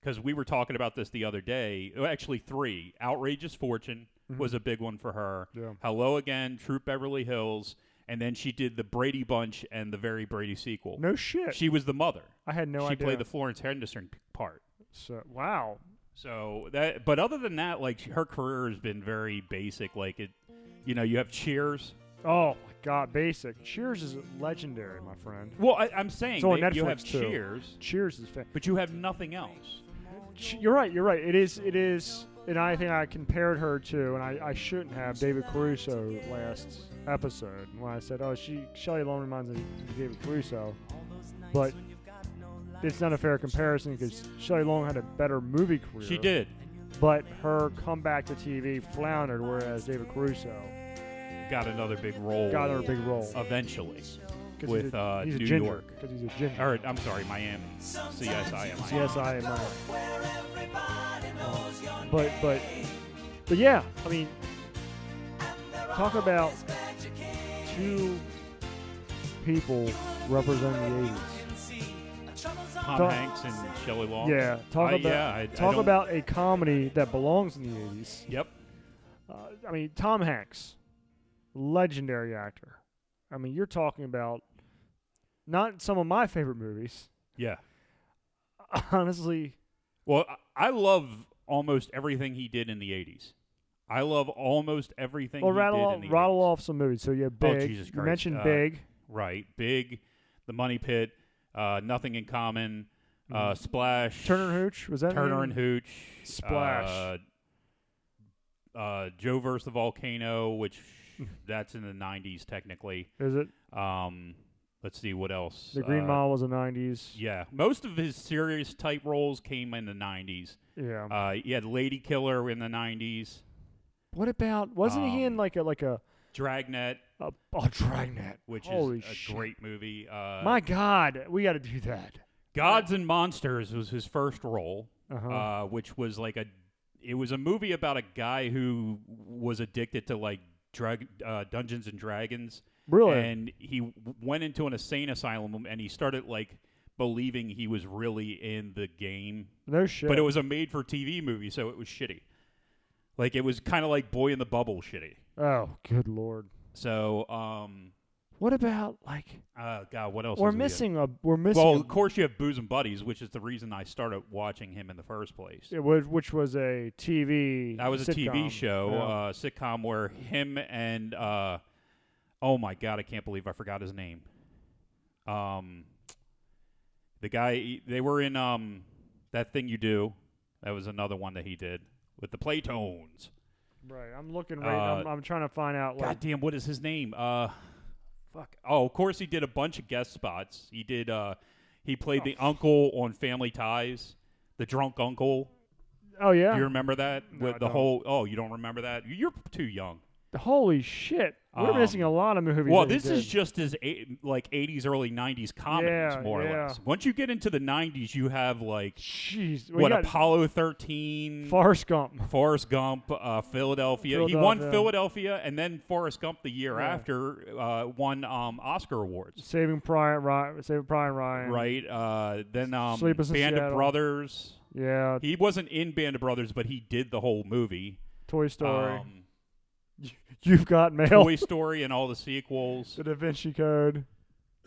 Speaker 3: because we were talking about this the other day. well, Actually, three. Outrageous Fortune was a big one for her.
Speaker 2: Mm-hmm. Yeah.
Speaker 3: Hello Again, True Beverly Hills, and then she did the Brady Bunch and the Very Brady sequel.
Speaker 2: no shit.
Speaker 3: She was the mother.
Speaker 2: I had no
Speaker 3: she
Speaker 2: idea.
Speaker 3: played the Florence Henderson p- part.
Speaker 2: so, wow.
Speaker 3: So that, but other than that, like her career has been very basic. Like it, you know, you have Cheers.
Speaker 2: Oh my god, basic. Cheers is legendary, my friend.
Speaker 3: Well, I, I'm saying
Speaker 2: It's on
Speaker 3: that you
Speaker 2: Netflix,
Speaker 3: have
Speaker 2: too.
Speaker 3: Cheers,
Speaker 2: Cheers is fan.
Speaker 3: but you have nothing else.
Speaker 2: Ch- You're right. You're right. It is. It is. And I think I compared her to, and I, I shouldn't have David Caruso last episode when I said, "Oh, she Shelley Long reminds me of David Caruso," but it's not a fair comparison because Shelley Long had a better movie career.
Speaker 3: She did
Speaker 2: but her comeback to TV floundered, whereas David Caruso
Speaker 3: got another big role.
Speaker 2: got her a big role.
Speaker 3: eventually.
Speaker 2: 'Cause
Speaker 3: with,
Speaker 2: he's a,
Speaker 3: uh,
Speaker 2: he's
Speaker 3: New
Speaker 2: a ginger,
Speaker 3: York.
Speaker 2: Because he's a ginger.
Speaker 3: Or I'm sorry, Miami. CSI. Miami.
Speaker 2: Yes, I am. uh, uh, but but but yeah, I mean, talk about two people representing the '80s.
Speaker 3: Tom
Speaker 2: Talk-
Speaker 3: Hanks and Shelley Long.
Speaker 2: Yeah, talk
Speaker 3: Oh, I-
Speaker 2: about
Speaker 3: yeah, I- I
Speaker 2: talk
Speaker 3: don't-
Speaker 2: about a comedy that belongs in the '80s.
Speaker 3: Yep.
Speaker 2: Uh, I mean, Tom Hanks, legendary actor. I mean, you're talking about not some of my favorite movies.
Speaker 3: Yeah.
Speaker 2: Honestly,
Speaker 3: Well, I- I love almost everything he did in the '80s. I love almost everything.
Speaker 2: well,
Speaker 3: he
Speaker 2: rattle
Speaker 3: did
Speaker 2: off,
Speaker 3: in the
Speaker 2: rattle
Speaker 3: 80s.
Speaker 2: off some movies. So yeah,
Speaker 3: Oh,
Speaker 2: Big.
Speaker 3: Jesus
Speaker 2: You
Speaker 3: Christ,
Speaker 2: mentioned
Speaker 3: uh,
Speaker 2: Big.
Speaker 3: Right. Big, The Money Pit, uh, Nothing in Common, uh, Splash.
Speaker 2: Mm. Turner and Hooch was that? the
Speaker 3: Turner
Speaker 2: name?
Speaker 3: and Hooch.
Speaker 2: Splash.
Speaker 3: Uh, uh, Joe versus the Volcano, which
Speaker 2: Mm.
Speaker 3: that's in the 90s technically.
Speaker 2: Is it
Speaker 3: Um, let's see what else.
Speaker 2: The Green
Speaker 3: Uh,
Speaker 2: Mile was the '90s.
Speaker 3: Yeah. Most of his serious type roles came in the 90s.
Speaker 2: Yeah.
Speaker 3: Uh, he had Lady Killer in the 90s,
Speaker 2: what about? Wasn't he in
Speaker 3: um,
Speaker 2: like a like a
Speaker 3: Dragnet,
Speaker 2: a, a Dragnet?
Speaker 3: which
Speaker 2: Holy
Speaker 3: is a
Speaker 2: shit.
Speaker 3: great movie. Uh,
Speaker 2: My God, we got to do that.
Speaker 3: Gods and Monsters was his first role.
Speaker 2: Uh-huh.
Speaker 3: uh, which was like a it was a movie about a guy who was addicted to like drug uh, Dungeons and Dragons,
Speaker 2: really?
Speaker 3: and he w- went into an insane asylum and he started like believing he was really in the game,
Speaker 2: no shit.
Speaker 3: but it was a made-for-TV movie, so it was shitty. Like it was kind of like Boy in the Bubble shitty.
Speaker 2: oh, good lord.
Speaker 3: So um,
Speaker 2: What about like
Speaker 3: Uh, God, what else?
Speaker 2: we're
Speaker 3: is we have?
Speaker 2: missing a we're missing
Speaker 3: Well,
Speaker 2: a-
Speaker 3: of course you have bosom buddies, which is the reason I started watching him in the first place.
Speaker 2: it was, which was a TV
Speaker 3: That was a TV
Speaker 2: sitcom.
Speaker 3: show,
Speaker 2: Yeah.
Speaker 3: uh, sitcom where him and uh, oh my god, I can't believe I forgot his name. Um, the guy they were in um that thing you do. That was another one that he did with the Playtones.
Speaker 2: right. I'm looking right.
Speaker 3: uh,
Speaker 2: I'm, I'm trying to find out like
Speaker 3: God damn, what is his name? Uh, fuck. Oh, of course he did a bunch of guest spots. He did. Uh, he played the
Speaker 2: Oh.
Speaker 3: uncle on Family Ties, the drunk uncle.
Speaker 2: oh yeah.
Speaker 3: Do you remember that?
Speaker 2: No,
Speaker 3: With
Speaker 2: I
Speaker 3: the
Speaker 2: don't.
Speaker 3: whole. Oh, you don't remember that? You're too young.
Speaker 2: Holy shit. We're
Speaker 3: Um,
Speaker 2: missing a lot of movies.
Speaker 3: Well,
Speaker 2: that he
Speaker 3: this is
Speaker 2: did.
Speaker 3: just his eight, like '80s, early '90s comedies,
Speaker 2: Yeah,
Speaker 3: more
Speaker 2: yeah.
Speaker 3: or less. Once you get into the '90s, you have like
Speaker 2: jeez. We
Speaker 3: what
Speaker 2: got
Speaker 3: Apollo 13,
Speaker 2: Forrest Gump.
Speaker 3: Forrest Gump, uh, Philadelphia. He won
Speaker 2: Philadelphia.
Speaker 3: Philadelphia, and then Forrest Gump the year
Speaker 2: Yeah.
Speaker 3: after uh, won um, Oscar awards.
Speaker 2: Saving Private Ryan. Saving Private Ryan.
Speaker 3: Right. Uh, then um, Band
Speaker 2: Sleepless in
Speaker 3: of
Speaker 2: Seattle.
Speaker 3: Brothers.
Speaker 2: Yeah.
Speaker 3: He wasn't in Band of Brothers, but he did the whole movie.
Speaker 2: Toy Story.
Speaker 3: Um,
Speaker 2: You've got mail.
Speaker 3: Toy Story and all the sequels.
Speaker 2: the Da Vinci Code.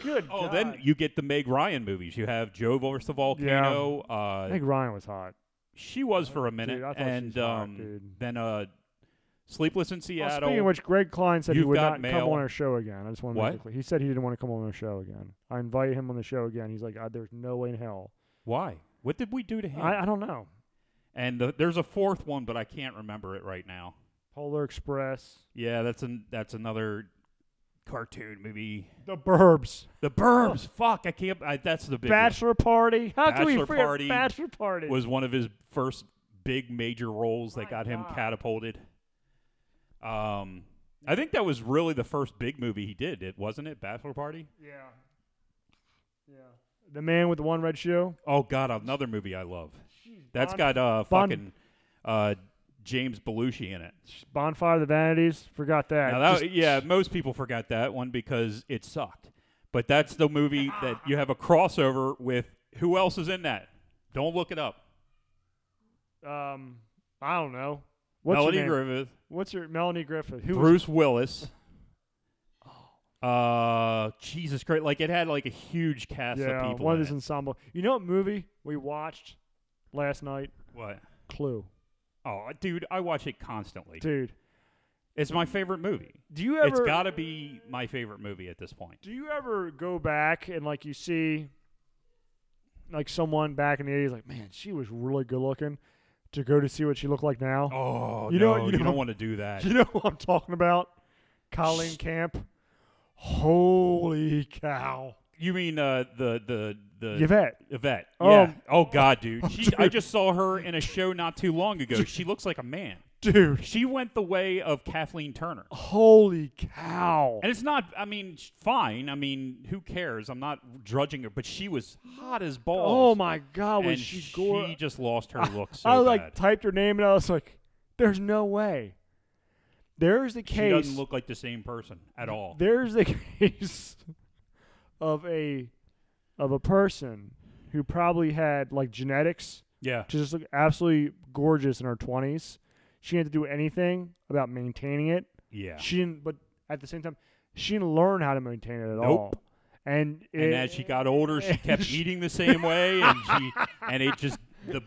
Speaker 2: Good.
Speaker 3: Oh,
Speaker 2: God.
Speaker 3: then you get the Meg Ryan movies. You have Joe versus the Volcano.
Speaker 2: I
Speaker 3: Uh,
Speaker 2: think Ryan was hot.
Speaker 3: she was for a minute,
Speaker 2: I thought she
Speaker 3: and
Speaker 2: was hot,
Speaker 3: um,
Speaker 2: dude.
Speaker 3: then uh, Sleepless in
Speaker 2: Well,
Speaker 3: Seattle.
Speaker 2: speaking of which, Greg Klein said he
Speaker 3: You've
Speaker 2: would
Speaker 3: Got
Speaker 2: not come
Speaker 3: Mail.
Speaker 2: on our show again. I just want to
Speaker 3: What?
Speaker 2: make it clear. He said he didn't want to come on our show again. I invited him on the show again. He's like, "Uh, "There's no way in hell."
Speaker 3: Why? What did we do to him?
Speaker 2: I, I don't know.
Speaker 3: and the, there's a fourth one, but I can't remember it right now.
Speaker 2: Polar Express,
Speaker 3: Yeah, that's an that's another cartoon movie.
Speaker 2: The Burbs, Oh.
Speaker 3: The Burbs. Fuck, I can't. I, that's the big one.
Speaker 2: Bachelor Party. How can we
Speaker 3: Bachelor
Speaker 2: forget
Speaker 3: Party
Speaker 2: Bachelor Party?
Speaker 3: was one of his first big major roles that
Speaker 2: My
Speaker 3: got him
Speaker 2: God.
Speaker 3: catapulted. Um, I think that was really the first big movie he did. It wasn't it, Bachelor Party.
Speaker 2: yeah, yeah. The man with the one red shoe.
Speaker 3: Oh God, another movie I love.
Speaker 2: That's
Speaker 3: That's got uh
Speaker 2: Bon-
Speaker 3: fucking uh James Belushi in it.
Speaker 2: Bonfire of the Vanities. Forgot that.
Speaker 3: Now that,
Speaker 2: Just-
Speaker 3: yeah, most people forgot that one because it sucked. But that's the movie that you have a crossover with. Who else is in that? Don't look it up.
Speaker 2: Um, I don't know. What's
Speaker 3: Melanie
Speaker 2: your name?
Speaker 3: Griffith,
Speaker 2: What's your Melanie Griffith? Who was-
Speaker 3: Bruce Willis. Uh, Jesus Christ! Like it had like a huge cast
Speaker 2: yeah,
Speaker 3: of people.
Speaker 2: one of
Speaker 3: in
Speaker 2: these
Speaker 3: it.
Speaker 2: ensemble. You know what movie we watched last night?
Speaker 3: what?
Speaker 2: Clue,
Speaker 3: Oh, dude, I watch it constantly.
Speaker 2: dude.
Speaker 3: It's my favorite movie.
Speaker 2: Do you
Speaker 3: It's
Speaker 2: ever?
Speaker 3: got to be my favorite movie at this point.
Speaker 2: do you ever go back and like you see, like someone back in the eighties, like man, she was really good looking. To go to see what she looked like now.
Speaker 3: Oh,
Speaker 2: You
Speaker 3: you
Speaker 2: know-
Speaker 3: know,
Speaker 2: you
Speaker 3: you,
Speaker 2: know-
Speaker 3: don't want to do that.
Speaker 2: You know what I'm talking about? Colleen Camp. Holy cow,
Speaker 3: You mean uh, the the the
Speaker 2: Yvette.
Speaker 3: Yvette?
Speaker 2: Oh.
Speaker 3: yeah. Oh God, dude. She, I
Speaker 2: Dude.
Speaker 3: just saw her in a show not too long ago. She looks like a man.
Speaker 2: Dude,
Speaker 3: She went the way of Kathleen Turner,
Speaker 2: Oh. holy cow.
Speaker 3: and it's not. I mean, sh- fine. I mean, who cares? I'm not drudging her, but she was hot as
Speaker 2: Oh
Speaker 3: balls.
Speaker 2: my god, was
Speaker 3: and
Speaker 2: she,
Speaker 3: she
Speaker 2: gorgeous?
Speaker 3: just lost her look so
Speaker 2: I like
Speaker 3: bad.
Speaker 2: typed her name and I was like, "There's no way." There's the
Speaker 3: she
Speaker 2: case.
Speaker 3: doesn't look like the same person at all.
Speaker 2: there's the case of a of a person who probably had like genetics
Speaker 3: yeah.
Speaker 2: to just look absolutely gorgeous in her twenties. She didn't have to do anything about maintaining it.
Speaker 3: Yeah.
Speaker 2: She didn't, but at the same time, she didn't learn how to maintain it at all.
Speaker 3: Nope.
Speaker 2: And it,
Speaker 3: and as she got older,
Speaker 2: Eh.
Speaker 3: she kept eating the same way, and she and it just the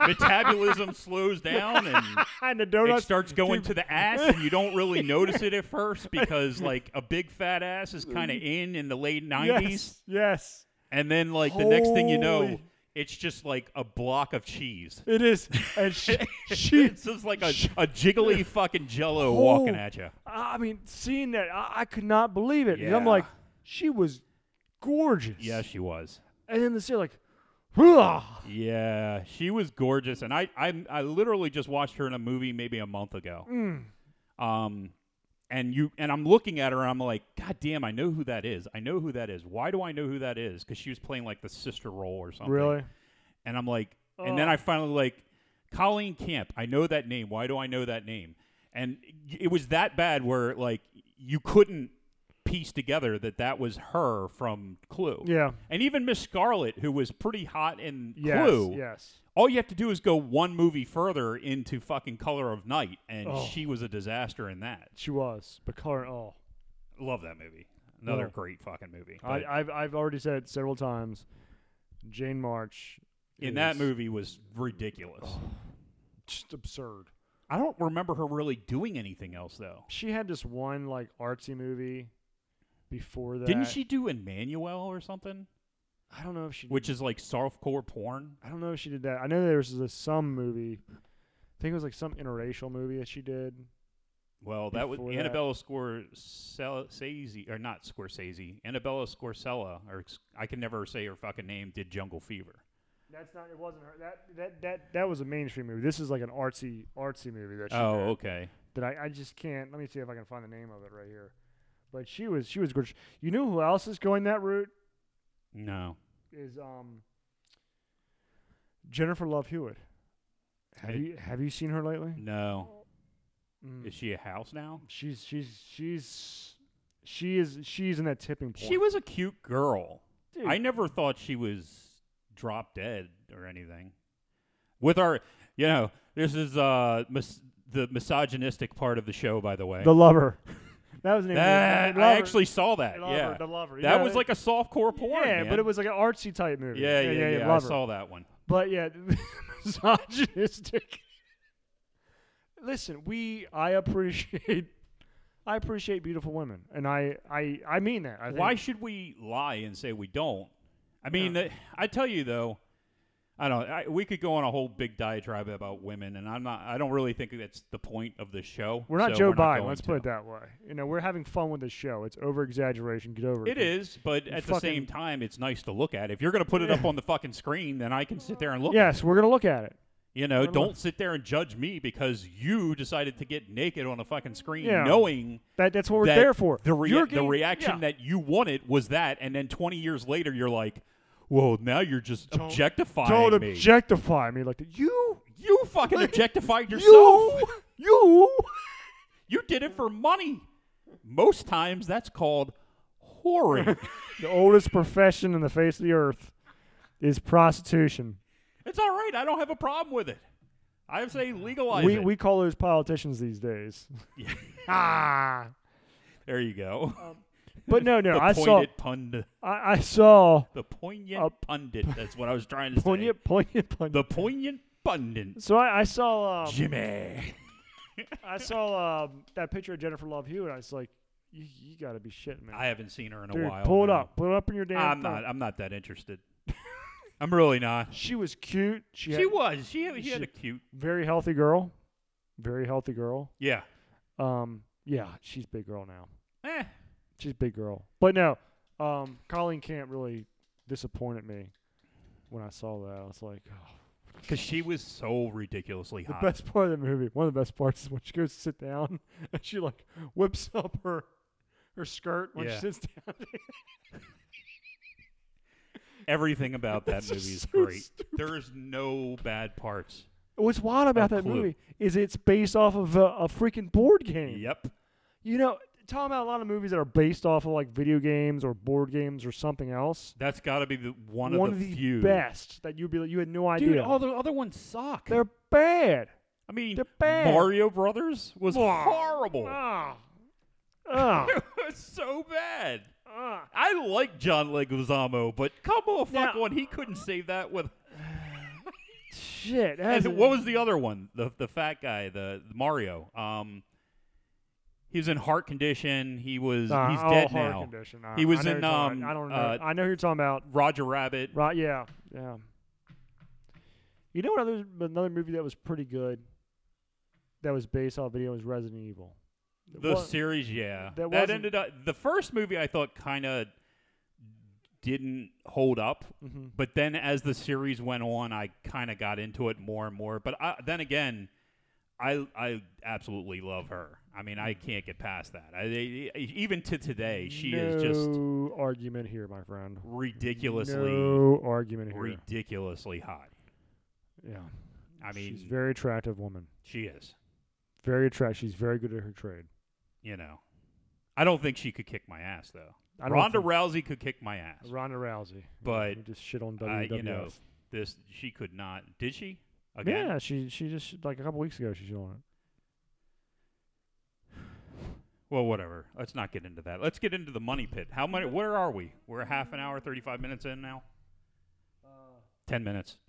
Speaker 3: metabolism slows down and
Speaker 2: and the
Speaker 3: it
Speaker 2: donuts
Speaker 3: starts going to the ass, and you don't really notice it at first because like a big fat ass is kind of in in the late nineties,
Speaker 2: Yes, yes,
Speaker 3: and then like the next thing you know,
Speaker 2: Holy-
Speaker 3: it's just like a block of cheese.
Speaker 2: it is. And she, she
Speaker 3: It's just like a, a jiggly fucking jello walking
Speaker 2: Oh.
Speaker 3: at you.
Speaker 2: I mean, seeing that, I, I could not believe it. And I'm
Speaker 3: Yeah.
Speaker 2: like, she was gorgeous.
Speaker 3: Yeah, she was.
Speaker 2: And then the scene, like, "Hooah."
Speaker 3: Yeah, she was gorgeous, and I, I I literally just watched her in a movie maybe a month ago.
Speaker 2: Mm.
Speaker 3: Um, and you and I'm looking at her, and I'm like, God damn, I know who that is. I know who that is. Why do I know who that is? Because she was playing like the sister role or something.
Speaker 2: really? Oh.
Speaker 3: And I'm like, and then I finally like, Colleen Camp. I know that name. Why do I know that name? And it was that bad where like you couldn't piece together that that was her from Clue.
Speaker 2: Yeah.
Speaker 3: And even Miss Scarlet, who was pretty hot in
Speaker 2: Yes.
Speaker 3: Clue,
Speaker 2: Yes.
Speaker 3: all you have to do is go one movie further into fucking Color of Night, and
Speaker 2: Oh.
Speaker 3: she was a disaster in that.
Speaker 2: She was. But color, oh,
Speaker 3: Love that movie. Another
Speaker 2: Well,
Speaker 3: great fucking movie.
Speaker 2: Oh. I,
Speaker 3: But
Speaker 2: I've I've already said it several times. Jane March
Speaker 3: in that
Speaker 2: is Oh.
Speaker 3: movie was ridiculous.
Speaker 2: just absurd.
Speaker 3: I don't remember her really doing anything else though.
Speaker 2: She had this one like artsy movie before that.
Speaker 3: Didn't she do Emmanuel or something?
Speaker 2: I don't know if she.
Speaker 3: Which is like softcore porn.
Speaker 2: I don't know if she did that. I know there was a some movie. I think it was like some interracial movie that she did.
Speaker 3: Well, that was
Speaker 2: Before that.
Speaker 3: Annabella Scorsese, or not Scorsese, Annabella Scorsella, or s- I can never say her fucking name, did Jungle Fever.
Speaker 2: That's not. It wasn't her. That that that that was a mainstream movie. This is like an artsy artsy movie that she.
Speaker 3: Oh,
Speaker 2: did
Speaker 3: okay.
Speaker 2: That I, I just can't. Let me see if I can find the name of it right here. But she was she was gorgeous. You know who else is going that route
Speaker 3: No.
Speaker 2: is um. Jennifer Love Hewitt. Have
Speaker 3: I-
Speaker 2: you have you seen her lately?
Speaker 3: No.
Speaker 2: Mm.
Speaker 3: Is she a house now?
Speaker 2: She's she's she's she is she's in that tipping point.
Speaker 3: She was a cute girl.
Speaker 2: Dude.
Speaker 3: I never thought she was drop dead or anything. With our, you know, this is uh mis- the misogynistic part of the show, by the way.
Speaker 2: the lover. That was the name.
Speaker 3: that
Speaker 2: of the,
Speaker 3: I
Speaker 2: lover,
Speaker 3: actually saw that.
Speaker 2: the lover,
Speaker 3: yeah,
Speaker 2: the lover.
Speaker 3: that
Speaker 2: Yeah,
Speaker 3: was like a softcore
Speaker 2: yeah,
Speaker 3: porn. man.
Speaker 2: but it was like an artsy type movie.
Speaker 3: Yeah, yeah, yeah. I
Speaker 2: lover.
Speaker 3: saw that one.
Speaker 2: But yeah, misogynistic. Listen, we I appreciate I appreciate beautiful women, and I I I mean that. I think,
Speaker 3: Why should we lie and say we don't? I mean, uh, I tell you though, I don't. I, we could go on a whole big diatribe about women, and I'm not. I don't really think that's the point of the show.
Speaker 2: we're not
Speaker 3: so
Speaker 2: Joe
Speaker 3: we're
Speaker 2: Biden.
Speaker 3: going
Speaker 2: let's
Speaker 3: to.
Speaker 2: put it that way. You know, we're having fun with this show. It's over exaggeration. Get over it.
Speaker 3: It is, but at the
Speaker 2: fucking-
Speaker 3: same time, it's nice to look at. If you're going to put it up on the fucking screen, then I can sit there and look. at
Speaker 2: Yes, we're gonna look at it.
Speaker 3: it. you know,
Speaker 2: look.
Speaker 3: don't sit there and judge me because you decided to get naked on a fucking screen,
Speaker 2: Yeah.
Speaker 3: knowing
Speaker 2: That that's what we're
Speaker 3: that
Speaker 2: there for.
Speaker 3: The, rea-
Speaker 2: You're
Speaker 3: the
Speaker 2: getting-
Speaker 3: reaction
Speaker 2: yeah.
Speaker 3: that you wanted was that, and then 20 years later, you're like, "Whoa, now you're just objectifying
Speaker 2: don't
Speaker 3: me.
Speaker 2: objectify me like that. You,
Speaker 3: you fucking objectified yourself.
Speaker 2: you, you.
Speaker 3: You did it for money. Most times, that's called whoring.
Speaker 2: the oldest profession in the face of the earth is prostitution.
Speaker 3: it's all right. I don't have a problem with it. I say legalize
Speaker 2: We
Speaker 3: it.
Speaker 2: we call those politicians these days.
Speaker 3: Yeah.
Speaker 2: ah,
Speaker 3: there you go.
Speaker 2: but no, no.
Speaker 3: the
Speaker 2: I saw.
Speaker 3: poignant pund.
Speaker 2: I, I saw.
Speaker 3: The poignant
Speaker 2: Uh,
Speaker 3: pundit. That's what I was trying to
Speaker 2: Poignant,
Speaker 3: say.
Speaker 2: poignant, poignant.
Speaker 3: The poignant pundit.
Speaker 2: so I, I saw. Um,
Speaker 3: Jimmy.
Speaker 2: I saw um, that picture of Jennifer Love Hewitt. I was like, you, you got to be shitting me.
Speaker 3: I haven't seen her in a
Speaker 2: Dude,
Speaker 3: while.
Speaker 2: pull it
Speaker 3: now.
Speaker 2: up. Pull it up in your damn.
Speaker 3: I'm
Speaker 2: phone.
Speaker 3: not. I'm not that interested. I'm really not.
Speaker 2: She was cute. She,
Speaker 3: She
Speaker 2: had,
Speaker 3: was. She had, she, had
Speaker 2: she-
Speaker 3: a cute.
Speaker 2: very healthy girl. Very healthy girl.
Speaker 3: Yeah.
Speaker 2: Um, yeah, she's big girl now.
Speaker 3: Eh.
Speaker 2: She's big girl. But no, um, Colleen Camp really disappointed me when I saw that. I was like, oh.
Speaker 3: Because she was so ridiculously
Speaker 2: the
Speaker 3: hot.
Speaker 2: best part of the movie, one of the best parts is when she goes to sit down and she like whips up her her skirt when
Speaker 3: Yeah.
Speaker 2: she sits down.
Speaker 3: Everything about that
Speaker 2: It's
Speaker 3: movie
Speaker 2: just
Speaker 3: is
Speaker 2: so
Speaker 3: great. There is no bad parts.
Speaker 2: What's wild about
Speaker 3: A
Speaker 2: that
Speaker 3: clue.
Speaker 2: movie is it's based off of a, a freaking board game.
Speaker 3: Yep.
Speaker 2: You know, talking about a lot of movies that are based off of like video games or board games or something else.
Speaker 3: That's got to be the one,
Speaker 2: one
Speaker 3: of the, few.
Speaker 2: best that you'd be like, you had no idea.
Speaker 3: Dude, all the other ones suck.
Speaker 2: They're bad.
Speaker 3: I mean,
Speaker 2: they're bad.
Speaker 3: Mario Brothers was
Speaker 2: Wah.
Speaker 3: horrible.
Speaker 2: Ah. Ah.
Speaker 3: It was so bad.
Speaker 2: Ah.
Speaker 3: I like John Leguizamo, but come on, fuck
Speaker 2: Now-
Speaker 3: one. He couldn't save that with.
Speaker 2: Shit.
Speaker 3: And
Speaker 2: that's-
Speaker 3: what was the other one? The the fat guy, the, the Mario. Um, he was in heart condition. He was
Speaker 2: Nah,
Speaker 3: he's
Speaker 2: oh,
Speaker 3: dead
Speaker 2: heart
Speaker 3: now.
Speaker 2: condition. Nah,
Speaker 3: He was
Speaker 2: I know
Speaker 3: in,
Speaker 2: you're talking
Speaker 3: um,
Speaker 2: about- I don't know.
Speaker 3: uh,
Speaker 2: I know who you're talking about.
Speaker 3: Roger Rabbit.
Speaker 2: Right? Yeah. Yeah. You know what other another movie that was pretty good that was based off video was Resident Evil.
Speaker 3: the
Speaker 2: What-
Speaker 3: series, yeah.
Speaker 2: that
Speaker 3: that
Speaker 2: wasn't-
Speaker 3: ended up the first movie I thought kind of didn't hold up,
Speaker 2: Mhm.
Speaker 3: but then as the series went on, I kind of got into it more and more. But I, then again, I I absolutely love her. I mean,
Speaker 2: Mm-hmm.
Speaker 3: I can't get past that. I, I- even to today, she is just
Speaker 2: No argument here, my friend.
Speaker 3: ridiculously
Speaker 2: No argument here.
Speaker 3: ridiculously hot.
Speaker 2: Yeah.
Speaker 3: I mean,
Speaker 2: she's a very attractive woman.
Speaker 3: she is.
Speaker 2: Very attractive. She's very good at her trade.
Speaker 3: You know, I don't think she could kick my ass though.
Speaker 2: I don't
Speaker 3: Ronda
Speaker 2: think-
Speaker 3: Rousey could kick my ass,
Speaker 2: Ronda Rousey.
Speaker 3: but
Speaker 2: We just shit on
Speaker 3: I-
Speaker 2: WWF.
Speaker 3: Uh, you know, this she could not. Did she? Again?
Speaker 2: yeah, she she just like a couple weeks ago she shit on it.
Speaker 3: Well, whatever. Let's not get into that. Let's get into the money pit. How many? Where are we? We're half an hour, thirty-five minutes in now. Ten minutes.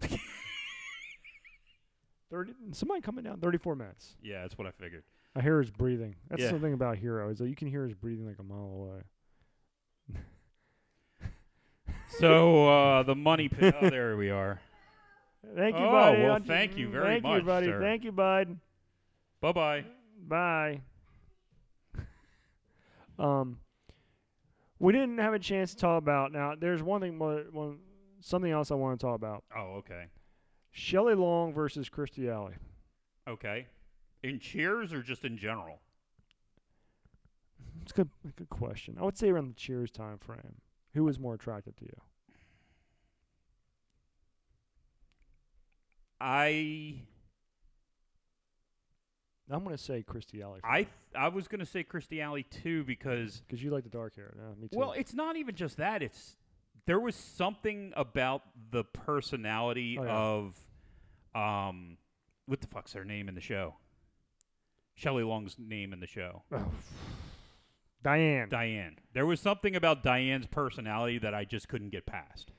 Speaker 2: 30, somebody coming down 34 minutes.
Speaker 3: yeah, that's what I figured.
Speaker 2: I hear his breathing. That's
Speaker 3: Yeah.
Speaker 2: the thing about Hero is that you can hear his breathing like a mile away.
Speaker 3: So uh, the money pit. Oh, there we are.
Speaker 2: Thank you,
Speaker 3: Oh,
Speaker 2: Biden.
Speaker 3: well,
Speaker 2: I-
Speaker 3: thank you very
Speaker 2: thank
Speaker 3: much,
Speaker 2: you, buddy.
Speaker 3: sir.
Speaker 2: Thank you, Biden.
Speaker 3: Bye bye.
Speaker 2: Bye. um, we didn't have a chance to talk about. Now, there's one thing, mo- one something else I want to talk about.
Speaker 3: Oh, okay.
Speaker 2: Shelley Long versus Christy Alley.
Speaker 3: Okay. In Cheers or just in general?
Speaker 2: It's a good, a good question. I would say around the Cheers time frame. Who was more attractive to you?
Speaker 3: I
Speaker 2: I'm going to say Christy Alley.
Speaker 3: I I was gonna say Christy Alley too because
Speaker 2: because you like the dark hair. No, me too.
Speaker 3: well, it's not even just that. It's there was something about the personality
Speaker 2: Oh, yeah.
Speaker 3: of um what the fuck's her name in the show? Shelley Long's name in the show.
Speaker 2: Oh. Diane.
Speaker 3: Diane. There was something about Diane's personality that I just couldn't get past.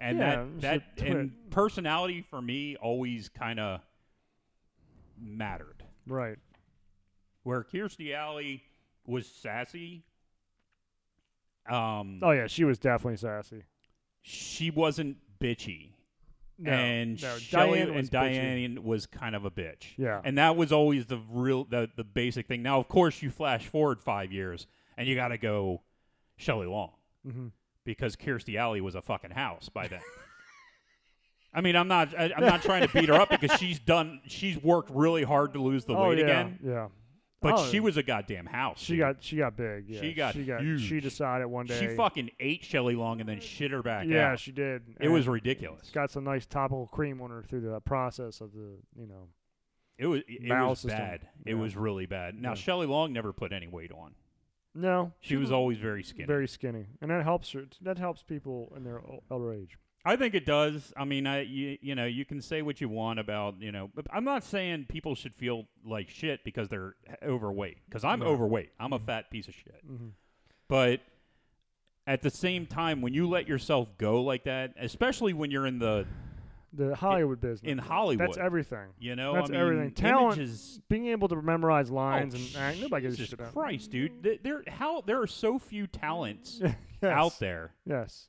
Speaker 3: And
Speaker 2: Yeah, it was
Speaker 3: that
Speaker 2: a
Speaker 3: that and personality for me always kind of mattered.
Speaker 2: right.
Speaker 3: Where Kirstie Alley was sassy, um
Speaker 2: Oh yeah, she was definitely sassy.
Speaker 3: she wasn't bitchy.
Speaker 2: No,
Speaker 3: and
Speaker 2: no,
Speaker 3: Shelley
Speaker 2: Diane
Speaker 3: and
Speaker 2: was bitchy.
Speaker 3: Diane was kind of a bitch.
Speaker 2: Yeah.
Speaker 3: And that was always the real the, the basic thing. Now of course you flash forward 5 years and you got to go Shelley Long.
Speaker 2: Mhm.
Speaker 3: because Kirstie Alley was a fucking house by then. I mean, I'm not I, I'm not trying to beat her up because she's done she's worked really hard to lose the
Speaker 2: oh,
Speaker 3: weight
Speaker 2: yeah,
Speaker 3: again,
Speaker 2: Yeah.
Speaker 3: but
Speaker 2: Oh,
Speaker 3: she was a goddamn house.
Speaker 2: She
Speaker 3: dude.
Speaker 2: got she got big. Yeah.
Speaker 3: She got
Speaker 2: she got
Speaker 3: huge.
Speaker 2: she decided one day.
Speaker 3: she fucking ate Shelley Long and then shit her back
Speaker 2: Yeah,
Speaker 3: out.
Speaker 2: she did.
Speaker 3: it was
Speaker 2: And
Speaker 3: ridiculous.
Speaker 2: got some nice topical cream on her through the process of the you know.
Speaker 3: It was it
Speaker 2: bowel
Speaker 3: was
Speaker 2: system.
Speaker 3: bad.
Speaker 2: Yeah.
Speaker 3: It was really bad. Now
Speaker 2: Yeah.
Speaker 3: Shelley Long never put any weight on.
Speaker 2: No,
Speaker 3: She was always very skinny.
Speaker 2: very skinny, and that helps her. That helps people in their el- elder age.
Speaker 3: I think it does. I mean, I you, you know you can say what you want about you know. But I'm not saying people should feel like shit because they're overweight. Because I'm
Speaker 2: No.
Speaker 3: overweight. I'm
Speaker 2: Mm-hmm.
Speaker 3: a fat piece of shit.
Speaker 2: Mhm.
Speaker 3: But at the same time, when you let yourself go like that, especially when you're in the
Speaker 2: The Hollywood business.
Speaker 3: in Hollywood,
Speaker 2: That's everything.
Speaker 3: You know,
Speaker 2: That's
Speaker 3: I mean,
Speaker 2: everything. Talent-
Speaker 3: images.
Speaker 2: Being able to memorize
Speaker 3: Oh,
Speaker 2: lines and act, nobody gives a
Speaker 3: Jesus
Speaker 2: shit about.
Speaker 3: Christ, dude! Th- There, how there are so few talents
Speaker 2: yes.
Speaker 3: out there.
Speaker 2: Yes.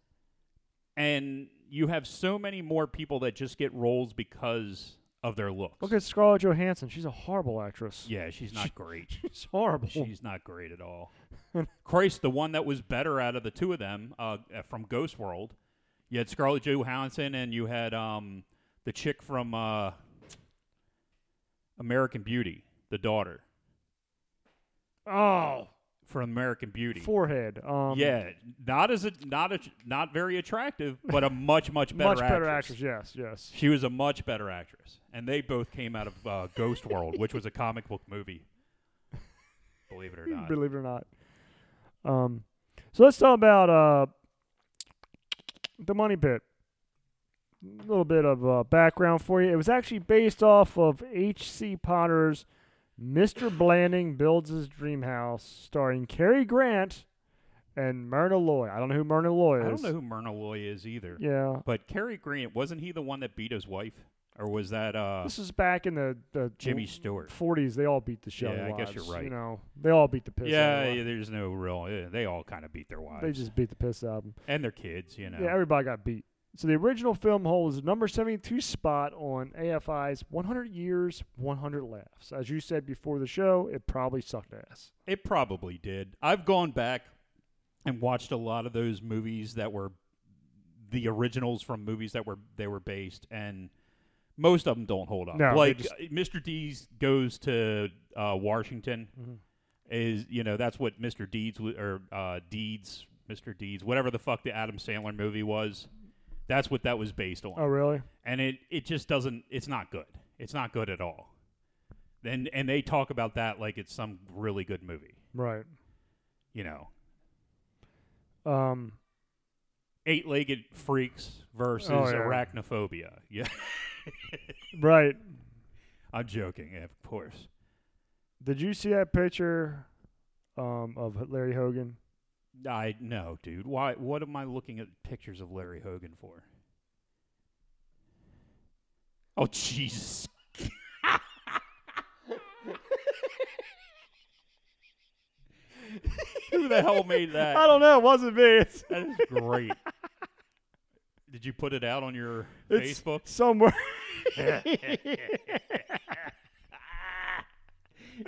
Speaker 3: and you have so many more people that just get roles because of their looks.
Speaker 2: Look at Scarlett Johansson. She's a horrible actress.
Speaker 3: yeah, she's not great.
Speaker 2: She's horrible.
Speaker 3: She's not great at all. Christ, the one that was better out of the two of them uh, uh, from Ghost World, you had Scarlett Johansson and you had um, the chick from uh, American Beauty, the daughter
Speaker 2: oh,
Speaker 3: from American Beauty.
Speaker 2: forehead. Um,
Speaker 3: yeah, not as a, not a, not very attractive, but a much much better
Speaker 2: much better actress. Yes, yes.
Speaker 3: She was a much better actress, and they both came out of uh, Ghost World, which was a comic book movie. Believe it or not,
Speaker 2: Believe it or not. Um, so let's talk about uh, the Money Pit. A little bit of uh, background for you. It was actually based off of H.C. Potter's "Mr. Blanding Builds His Dream House," starring Cary Grant and Myrna Loy. I don't know who Myrna Loy
Speaker 3: I
Speaker 2: is.
Speaker 3: don't know who Myrna Loy is either.
Speaker 2: Yeah,
Speaker 3: But Cary Grant wasn't he the one that beat his wife, or was that uh,
Speaker 2: this is back in the, the
Speaker 3: Jimmy Stewart?
Speaker 2: 40s, they all beat the Shelly
Speaker 3: Yeah, I guess
Speaker 2: wives,
Speaker 3: you're right.
Speaker 2: You know, they all beat the piss out
Speaker 3: Yeah,
Speaker 2: of
Speaker 3: yeah,
Speaker 2: them.
Speaker 3: there's no real. yeah, they all kind of beat their
Speaker 2: They
Speaker 3: wives
Speaker 2: just beat the piss out of them.
Speaker 3: and their kids, you know.
Speaker 2: Yeah, everybody got beat. So the original film holds the number 72 spot on AFI's 100 Years, 100 Laughs. As you said before the show, it probably sucked ass.
Speaker 3: It probably did. I've gone back and watched a lot of those movies that were the originals from movies that were they were based, and most of them don't hold up.
Speaker 2: No, they
Speaker 3: like
Speaker 2: just-
Speaker 3: uh, Mr. Deeds goes to uh, Washington
Speaker 2: Mm-hmm.
Speaker 3: is you know that's what Mr. Deeds w- or uh, Deeds Mr. Deeds whatever the fuck the Adam Sandler movie was. That's what that was based on
Speaker 2: Oh, really?
Speaker 3: and it it just doesn't it's not good it's not good at all and and they talk about that like it's some really good movie
Speaker 2: Right.
Speaker 3: you know
Speaker 2: Um,
Speaker 3: eight-legged freaks versus
Speaker 2: Oh, yeah.
Speaker 3: arachnophobia yeah
Speaker 2: right.
Speaker 3: i'm joking of course
Speaker 2: Did you see that picture um, of Larry Hogan?
Speaker 3: I no, dude. Why? What am I looking at pictures of Larry Hogan for? Oh Jesus! Who the hell made
Speaker 2: I
Speaker 3: that?
Speaker 2: don't know. It wasn't me. It's,
Speaker 3: That is great. Did you put it out on your
Speaker 2: it's
Speaker 3: Facebook?
Speaker 2: somewhere.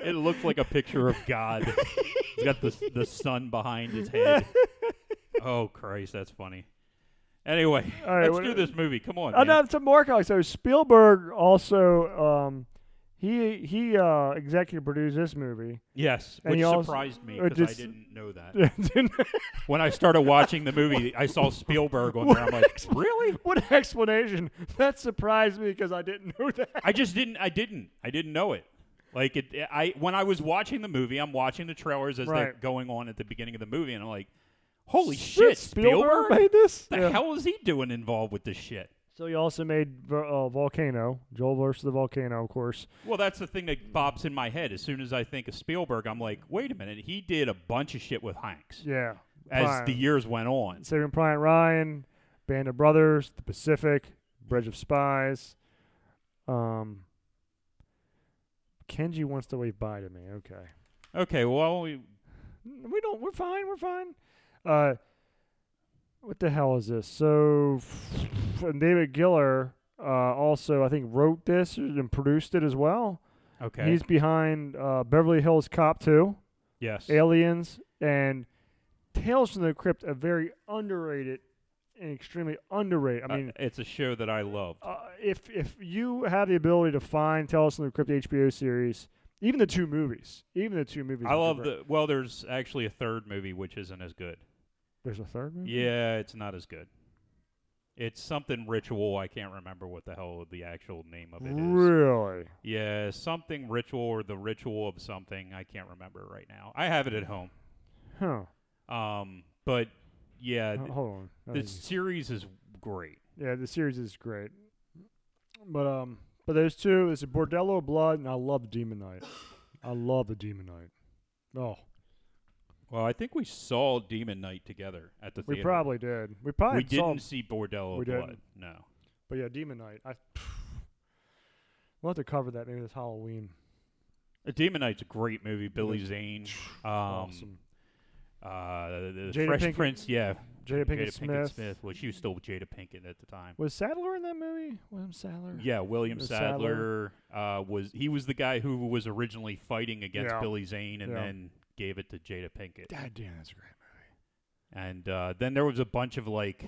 Speaker 3: It looked like a picture of God. He's got the the sun behind his head. Oh Christ, that's funny. Anyway,
Speaker 2: All right,
Speaker 3: let's
Speaker 2: what-
Speaker 3: do this movie. Come on,
Speaker 2: Oh,
Speaker 3: man.
Speaker 2: no, some more comics. So Spielberg also um, he he uh, executive produced this movie.
Speaker 3: Yes,
Speaker 2: And
Speaker 3: which
Speaker 2: you also-
Speaker 3: surprised me
Speaker 2: or
Speaker 3: because I
Speaker 2: just-
Speaker 3: didn't know that.
Speaker 2: what
Speaker 3: When I started watching the movie, I saw Spielberg on there. I'm like, really?
Speaker 2: an explanation! That surprised me because I didn't know that.
Speaker 3: I just didn't. I didn't. I didn't know it. Like it, I when I was watching the movie, I'm watching the trailers as they're
Speaker 2: Right.
Speaker 3: going on at the beginning of the movie, and I'm like, holy
Speaker 2: Shit,
Speaker 3: shit, Spielberg!
Speaker 2: made this.
Speaker 3: the
Speaker 2: Yeah.
Speaker 3: hell is he doing involved with this shit?
Speaker 2: So he also made Vo- uh, Volcano, Joel versus the Volcano, of course.
Speaker 3: Well, that's the thing that pops in my head as soon as I think of Spielberg. I'm like, wait a minute, he did a bunch of shit with Hanks
Speaker 2: Yeah,
Speaker 3: as
Speaker 2: Prime.
Speaker 3: the years went on.
Speaker 2: Saving Private Ryan, Band of Brothers, The Pacific, Bridge of Spies. Um, Kenji wants to wave bye to me. Okay.
Speaker 3: Okay, well, we,
Speaker 2: Mm, we don't we're fine we're fine uh what the hell is this so and david giller uh also i think wrote this and produced it as well
Speaker 3: okay,
Speaker 2: he's behind uh beverly hills cop 2
Speaker 3: yes,
Speaker 2: aliens and tales from the crypt a very underrated and extremely underrated i
Speaker 3: Uh,
Speaker 2: mean
Speaker 3: it's a show that I love.
Speaker 2: uh, if if you have the ability to find Tales from the Crypt HBO series, even the two movies, even the two movies,
Speaker 3: I
Speaker 2: are
Speaker 3: love
Speaker 2: great.
Speaker 3: the. Well, there's actually a third movie which isn't as good.
Speaker 2: There's a third movie.
Speaker 3: Yeah, it's not as good. It's something ritual. I can't remember what the hell the actual name of it is.
Speaker 2: Really?
Speaker 3: Yeah, something ritual or the ritual of something. I can't remember right now. I have it at home.
Speaker 2: Huh.
Speaker 3: Um, but yeah,
Speaker 2: Uh,
Speaker 3: th-
Speaker 2: hold on. I
Speaker 3: the
Speaker 2: think-
Speaker 3: series is great.
Speaker 2: yeah, the series is great. But um, but those two is Bordello of Blood, and I love Demon Knight. I love the Demon Knight. Oh,
Speaker 3: Well, I think we saw Demon Knight together at the
Speaker 2: we
Speaker 3: theater.
Speaker 2: probably did. We probably
Speaker 3: we
Speaker 2: saw,
Speaker 3: didn't see Bordello
Speaker 2: We
Speaker 3: of Blood.
Speaker 2: didn't.
Speaker 3: No.
Speaker 2: But yeah, Demon Knight. I we'll have to cover that maybe this Halloween.
Speaker 3: Uh, Demon Knight's a great movie. Billy Zane. Um,
Speaker 2: awesome.
Speaker 3: Uh, the
Speaker 2: Jada
Speaker 3: Fresh
Speaker 2: Pinkett-
Speaker 3: Prince, yeah.
Speaker 2: Jada Pinkett Smith.
Speaker 3: Well, she was still Jada Pinkett at the time.
Speaker 2: Was Sadler in that movie? William Sadler.
Speaker 3: Yeah, William
Speaker 2: Was
Speaker 3: Sadler, uh, was he was the guy who was originally fighting against
Speaker 2: Yeah.
Speaker 3: Billy Zane and
Speaker 2: Yeah.
Speaker 3: then gave it to Jada Pinkett.
Speaker 2: God damn, that's a great movie.
Speaker 3: And uh, then there was a bunch of like,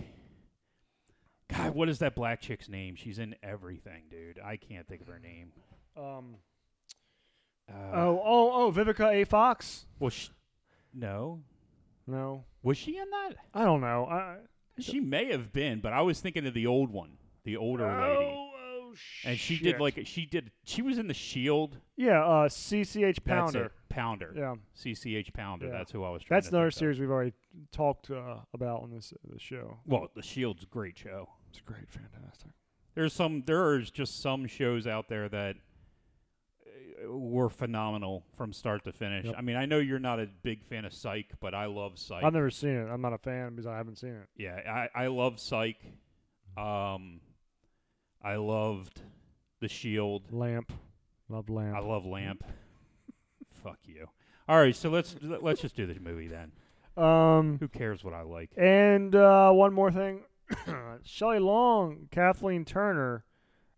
Speaker 3: God, what is that black chick's name? She's in everything, dude. I can't think of her name.
Speaker 2: Um.
Speaker 3: Uh,
Speaker 2: Oh, oh, oh, Vivica A. Fox.
Speaker 3: well, sh- no,
Speaker 2: No,
Speaker 3: was she in that?
Speaker 2: I don't know. I,
Speaker 3: She may have been, but I was thinking of the old one, the older lady.
Speaker 2: Oh, oh,
Speaker 3: And she did
Speaker 2: shit.
Speaker 3: like she did. She was in the Shield.
Speaker 2: yeah, uh, CCH Pounder.
Speaker 3: That's it. Pounder.
Speaker 2: Yeah,
Speaker 3: CCH Pounder.
Speaker 2: Yeah.
Speaker 3: That's who I was trying
Speaker 2: that's
Speaker 3: to
Speaker 2: another
Speaker 3: think of.
Speaker 2: series we've already talked uh, about on this the show.
Speaker 3: Well, The Shield's a great show.
Speaker 2: It's great, fantastic.
Speaker 3: There's some there are just some shows out there that uh, were phenomenal from start to finish.
Speaker 2: Yep.
Speaker 3: I mean, I know you're not a big fan of Psych, but I love Psych.
Speaker 2: I've never seen it. I'm not a fan because I haven't seen it.
Speaker 3: yeah, I I love Psych. Um I loved The Shield.
Speaker 2: Lamp, love Lamp.
Speaker 3: I love Lamp. Fuck you. All right, so let's let's just do this movie then.
Speaker 2: um,
Speaker 3: Who cares what I like?
Speaker 2: and uh, one more thing, Shelley Long, Kathleen Turner,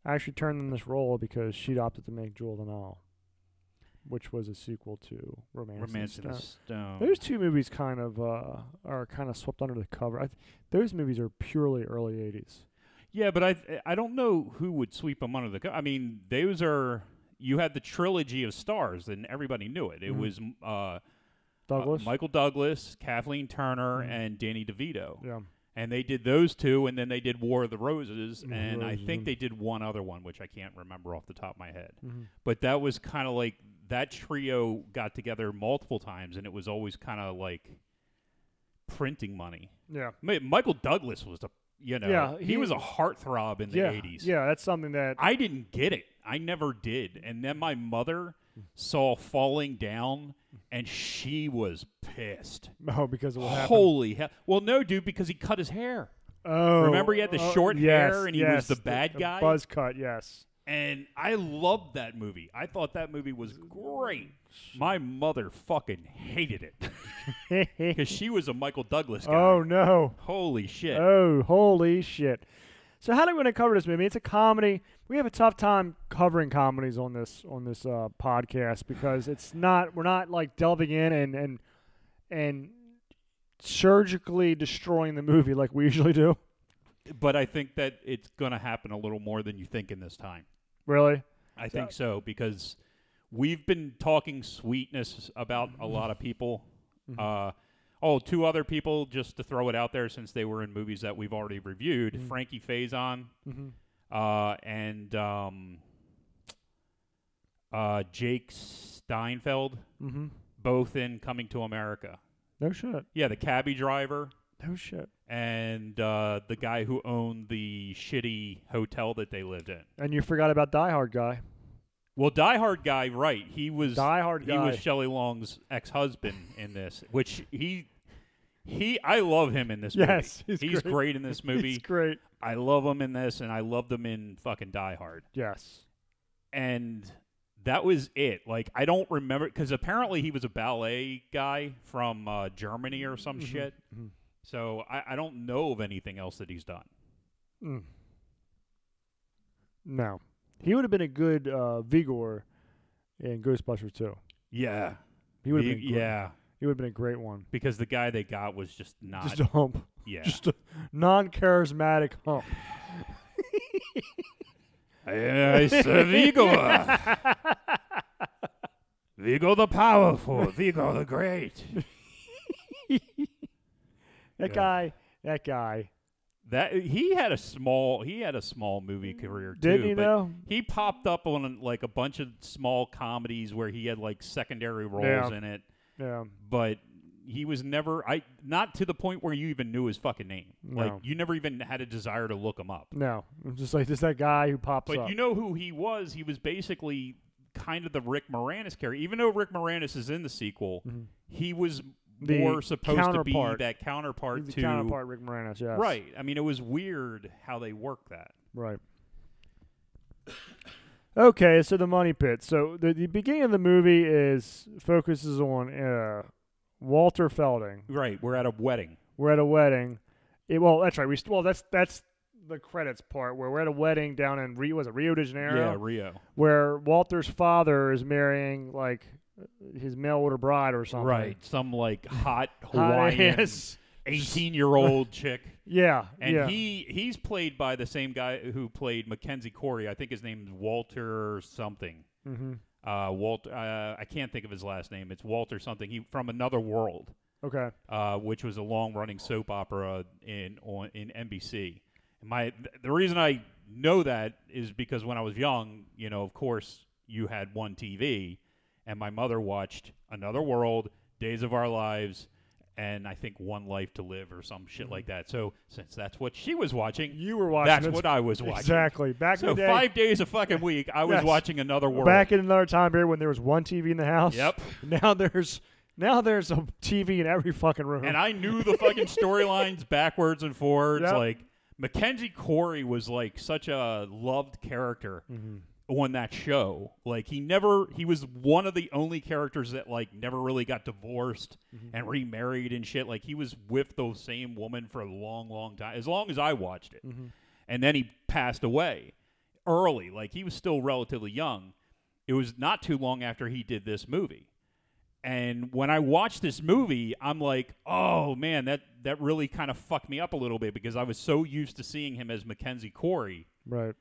Speaker 2: actually turned in this role because she opted to make Jewel and All, which was a sequel to Romance, and
Speaker 3: Romance in a
Speaker 2: Stone.
Speaker 3: Stone.
Speaker 2: Those two movies kind of uh, are kind of swept under the cover. I th- those movies are purely early '80s.
Speaker 3: Yeah, but I I don't know who would sweep them under the. co- I mean, those are you had the trilogy of stars, and everybody knew it. It
Speaker 2: Mhm.
Speaker 3: was uh, uh,
Speaker 2: Douglas.
Speaker 3: Michael Douglas, Kathleen Turner,
Speaker 2: Mhm.
Speaker 3: and Danny DeVito,
Speaker 2: Yeah.
Speaker 3: and they did those two, and then they did War of the Roses,
Speaker 2: Mhm,
Speaker 3: and I
Speaker 2: Roses,
Speaker 3: think
Speaker 2: mhm.
Speaker 3: they did one other one, which I can't remember off the top of my head.
Speaker 2: Mm-hmm.
Speaker 3: But that was kind of like that trio got together multiple times, and it was always kind of like printing money.
Speaker 2: Yeah.
Speaker 3: Ma- Michael Douglas was the You know,
Speaker 2: Yeah,
Speaker 3: he,
Speaker 2: he-
Speaker 3: was a heartthrob in the
Speaker 2: yeah,
Speaker 3: 80s.
Speaker 2: yeah, that's something that
Speaker 3: I didn't get it. I never did. And then my mother saw falling down and she was pissed.
Speaker 2: oh because of what happened.
Speaker 3: Holy hell. Well, no, dude, because he cut his hair.
Speaker 2: oh,
Speaker 3: Remember he had the
Speaker 2: oh,
Speaker 3: short
Speaker 2: yes,
Speaker 3: hair and he
Speaker 2: yes,
Speaker 3: was the bad guy?
Speaker 2: Buzz cut, yes.
Speaker 3: And I loved that movie. I thought that movie was great. My mother fucking hated it because she was a Michael Douglas guy.
Speaker 2: oh no.
Speaker 3: Holy shit.
Speaker 2: Oh, holy shit. So how do we want to cover this movie? It's a comedy. We have a tough time covering comedies on this on this uh, podcast because it's not we're not like delving in and and and surgically destroying the movie like we usually do.
Speaker 3: But I think that it's going to happen a little more than you think in this time.
Speaker 2: Really?
Speaker 3: I think so because we've been talking sweetness about a lot of people. Uh, oh, two other people just to throw it out there since they were in movies that we've already reviewed: Frankie Faison uh, and um, uh, Jake Steinfeld,
Speaker 2: Mm-hmm.
Speaker 3: both in Coming to America.
Speaker 2: No shit.
Speaker 3: Yeah, the cabbie driver
Speaker 2: No shit.
Speaker 3: and uh, the guy who owned the shitty hotel that they lived in.
Speaker 2: And you forgot about Die Hard guy.
Speaker 3: Well, Die Hard guy, right? He was
Speaker 2: Die Hard
Speaker 3: He was
Speaker 2: guy.
Speaker 3: Shelley Long's ex-husband in this, which he he I love him in this
Speaker 2: Yes,
Speaker 3: movie.
Speaker 2: he's
Speaker 3: great.
Speaker 2: great.
Speaker 3: in this
Speaker 2: He's
Speaker 3: movie.
Speaker 2: great.
Speaker 3: I love him in this, and I loved him in fucking Die Hard.
Speaker 2: Yes.
Speaker 3: And that was it. Like I don't remember because apparently he was a ballet guy from uh, Germany or some shit.
Speaker 2: mhm.
Speaker 3: So I, I don't know of anything else that he's done.
Speaker 2: Mm. No. He would have been a good uh, Vigor in Ghostbusters too.
Speaker 3: Yeah,
Speaker 2: He would have been. great.
Speaker 3: yeah,
Speaker 2: He would have been a great one.
Speaker 3: because the guy they got was just not.
Speaker 2: Just a hump.
Speaker 3: yeah,
Speaker 2: Just a non charismatic hump.
Speaker 3: Yes, Vigo. Vigo the powerful, Vigo the great.
Speaker 2: That
Speaker 3: Yeah.
Speaker 2: guy. That guy.
Speaker 3: That he had a small he had a small movie career too.
Speaker 2: Didn't he
Speaker 3: but
Speaker 2: though?
Speaker 3: He popped up on like a bunch of small comedies where he had like secondary roles
Speaker 2: Yeah.
Speaker 3: in it,
Speaker 2: Yeah.
Speaker 3: but he was never I not to the point where you even knew his fucking name. Like
Speaker 2: No.
Speaker 3: you never even had a desire to look him up.
Speaker 2: No. I'm just like just that guy who pops
Speaker 3: But
Speaker 2: up.
Speaker 3: you know who he was? He was basically kind of the Rick Moranis character. Even though Rick Moranis is in the sequel, he was
Speaker 2: Mm-hmm. The
Speaker 3: more supposed to be
Speaker 2: counterpart.
Speaker 3: that counterpart
Speaker 2: He's the
Speaker 3: to
Speaker 2: counterpart Rick Moranis. Yes.
Speaker 3: right. I mean, it was weird how they worked that.
Speaker 2: Right. Okay, so the money pit. So the, the beginning of the movie is focuses on uh, Walter Felding.
Speaker 3: Right, we're at a wedding.
Speaker 2: We're at a wedding. It, well, that's right. We st- well, that's that's the credits part where we're at a wedding down in Rio. Was it Rio de Janeiro?
Speaker 3: Yeah, Rio.
Speaker 2: where Walter's father is marrying like his mail order bride or something.
Speaker 3: Right, some like hot
Speaker 2: Hot
Speaker 3: Hawaiian,
Speaker 2: ass.
Speaker 3: eighteen-year-old chick,
Speaker 2: Yeah.
Speaker 3: and
Speaker 2: yeah.
Speaker 3: he he's played by the same guy who played Mackenzie Corey. I think his name's Walter something.
Speaker 2: hmm
Speaker 3: uh, Walter. Uh, I can't think of his last name. It's Walter something. He from Another World,
Speaker 2: Okay.
Speaker 3: uh, which was a long-running soap opera in on in NBC. My th- the reason I know that is because when I was young, you know, of course, you had one TV, and my mother watched Another World, Days of Our Lives. And I think one life to live or some shit like that. So since that's what she was watching,
Speaker 2: Mm-hmm. You were watching.
Speaker 3: that's
Speaker 2: it.
Speaker 3: what I was watching.
Speaker 2: Exactly. Back
Speaker 3: So
Speaker 2: in the day,
Speaker 3: five days a fucking week, I was
Speaker 2: Yes.
Speaker 3: watching Another World.
Speaker 2: back in another time period when there was one TV in the house.
Speaker 3: Yep.
Speaker 2: Now there's now there's a TV in every fucking room.
Speaker 3: and I knew the fucking storylines backwards and forwards.
Speaker 2: Yep.
Speaker 3: Like Mackenzie Corey was like such a loved character
Speaker 2: Mm-hmm.
Speaker 3: on that show. Like he never he was one of the only characters that like never really got divorced
Speaker 2: Mm-hmm.
Speaker 3: and remarried and shit. Like he was with the same woman for a long, long time. As long as I watched it.
Speaker 2: Mm-hmm.
Speaker 3: And then he passed away early. Like he was still relatively young. It was not too long after he did this movie. And when I watched this movie, I'm like, oh man, that that really kind of fucked me up a little bit because I was so used to seeing him as Mackenzie Corey
Speaker 2: right.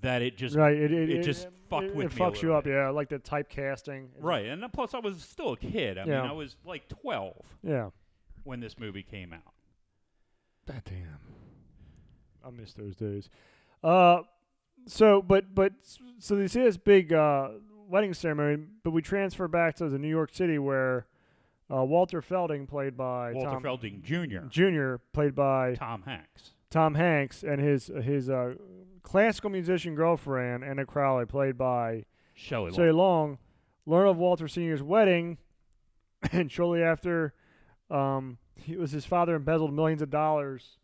Speaker 3: that it just
Speaker 2: Right. It, it,
Speaker 3: it just fucked
Speaker 2: it,
Speaker 3: with
Speaker 2: it
Speaker 3: me a
Speaker 2: fucks you
Speaker 3: little
Speaker 2: up. Yeah. Like the typecasting.
Speaker 3: right. And then plus, I was still a kid. I
Speaker 2: Yeah.
Speaker 3: mean, I was like 12
Speaker 2: Yeah.
Speaker 3: when this movie came out.
Speaker 2: God damn. I miss those days. Uh, so but but so they see this big uh, wedding ceremony, but we transfer back to the New York City where uh, Walter Felding, played by
Speaker 3: Walter
Speaker 2: Tom
Speaker 3: Felding Jr.,
Speaker 2: Jr., played by
Speaker 3: Tom Hanks.
Speaker 2: Tom Hanks and his his uh, classical musician girlfriend Anna Crowley, played by
Speaker 3: Shelley
Speaker 2: Shelley
Speaker 3: Long.
Speaker 2: Long, learn of Walter Senior's wedding, and shortly after, um, he, it was his father embezzled millions of dollars,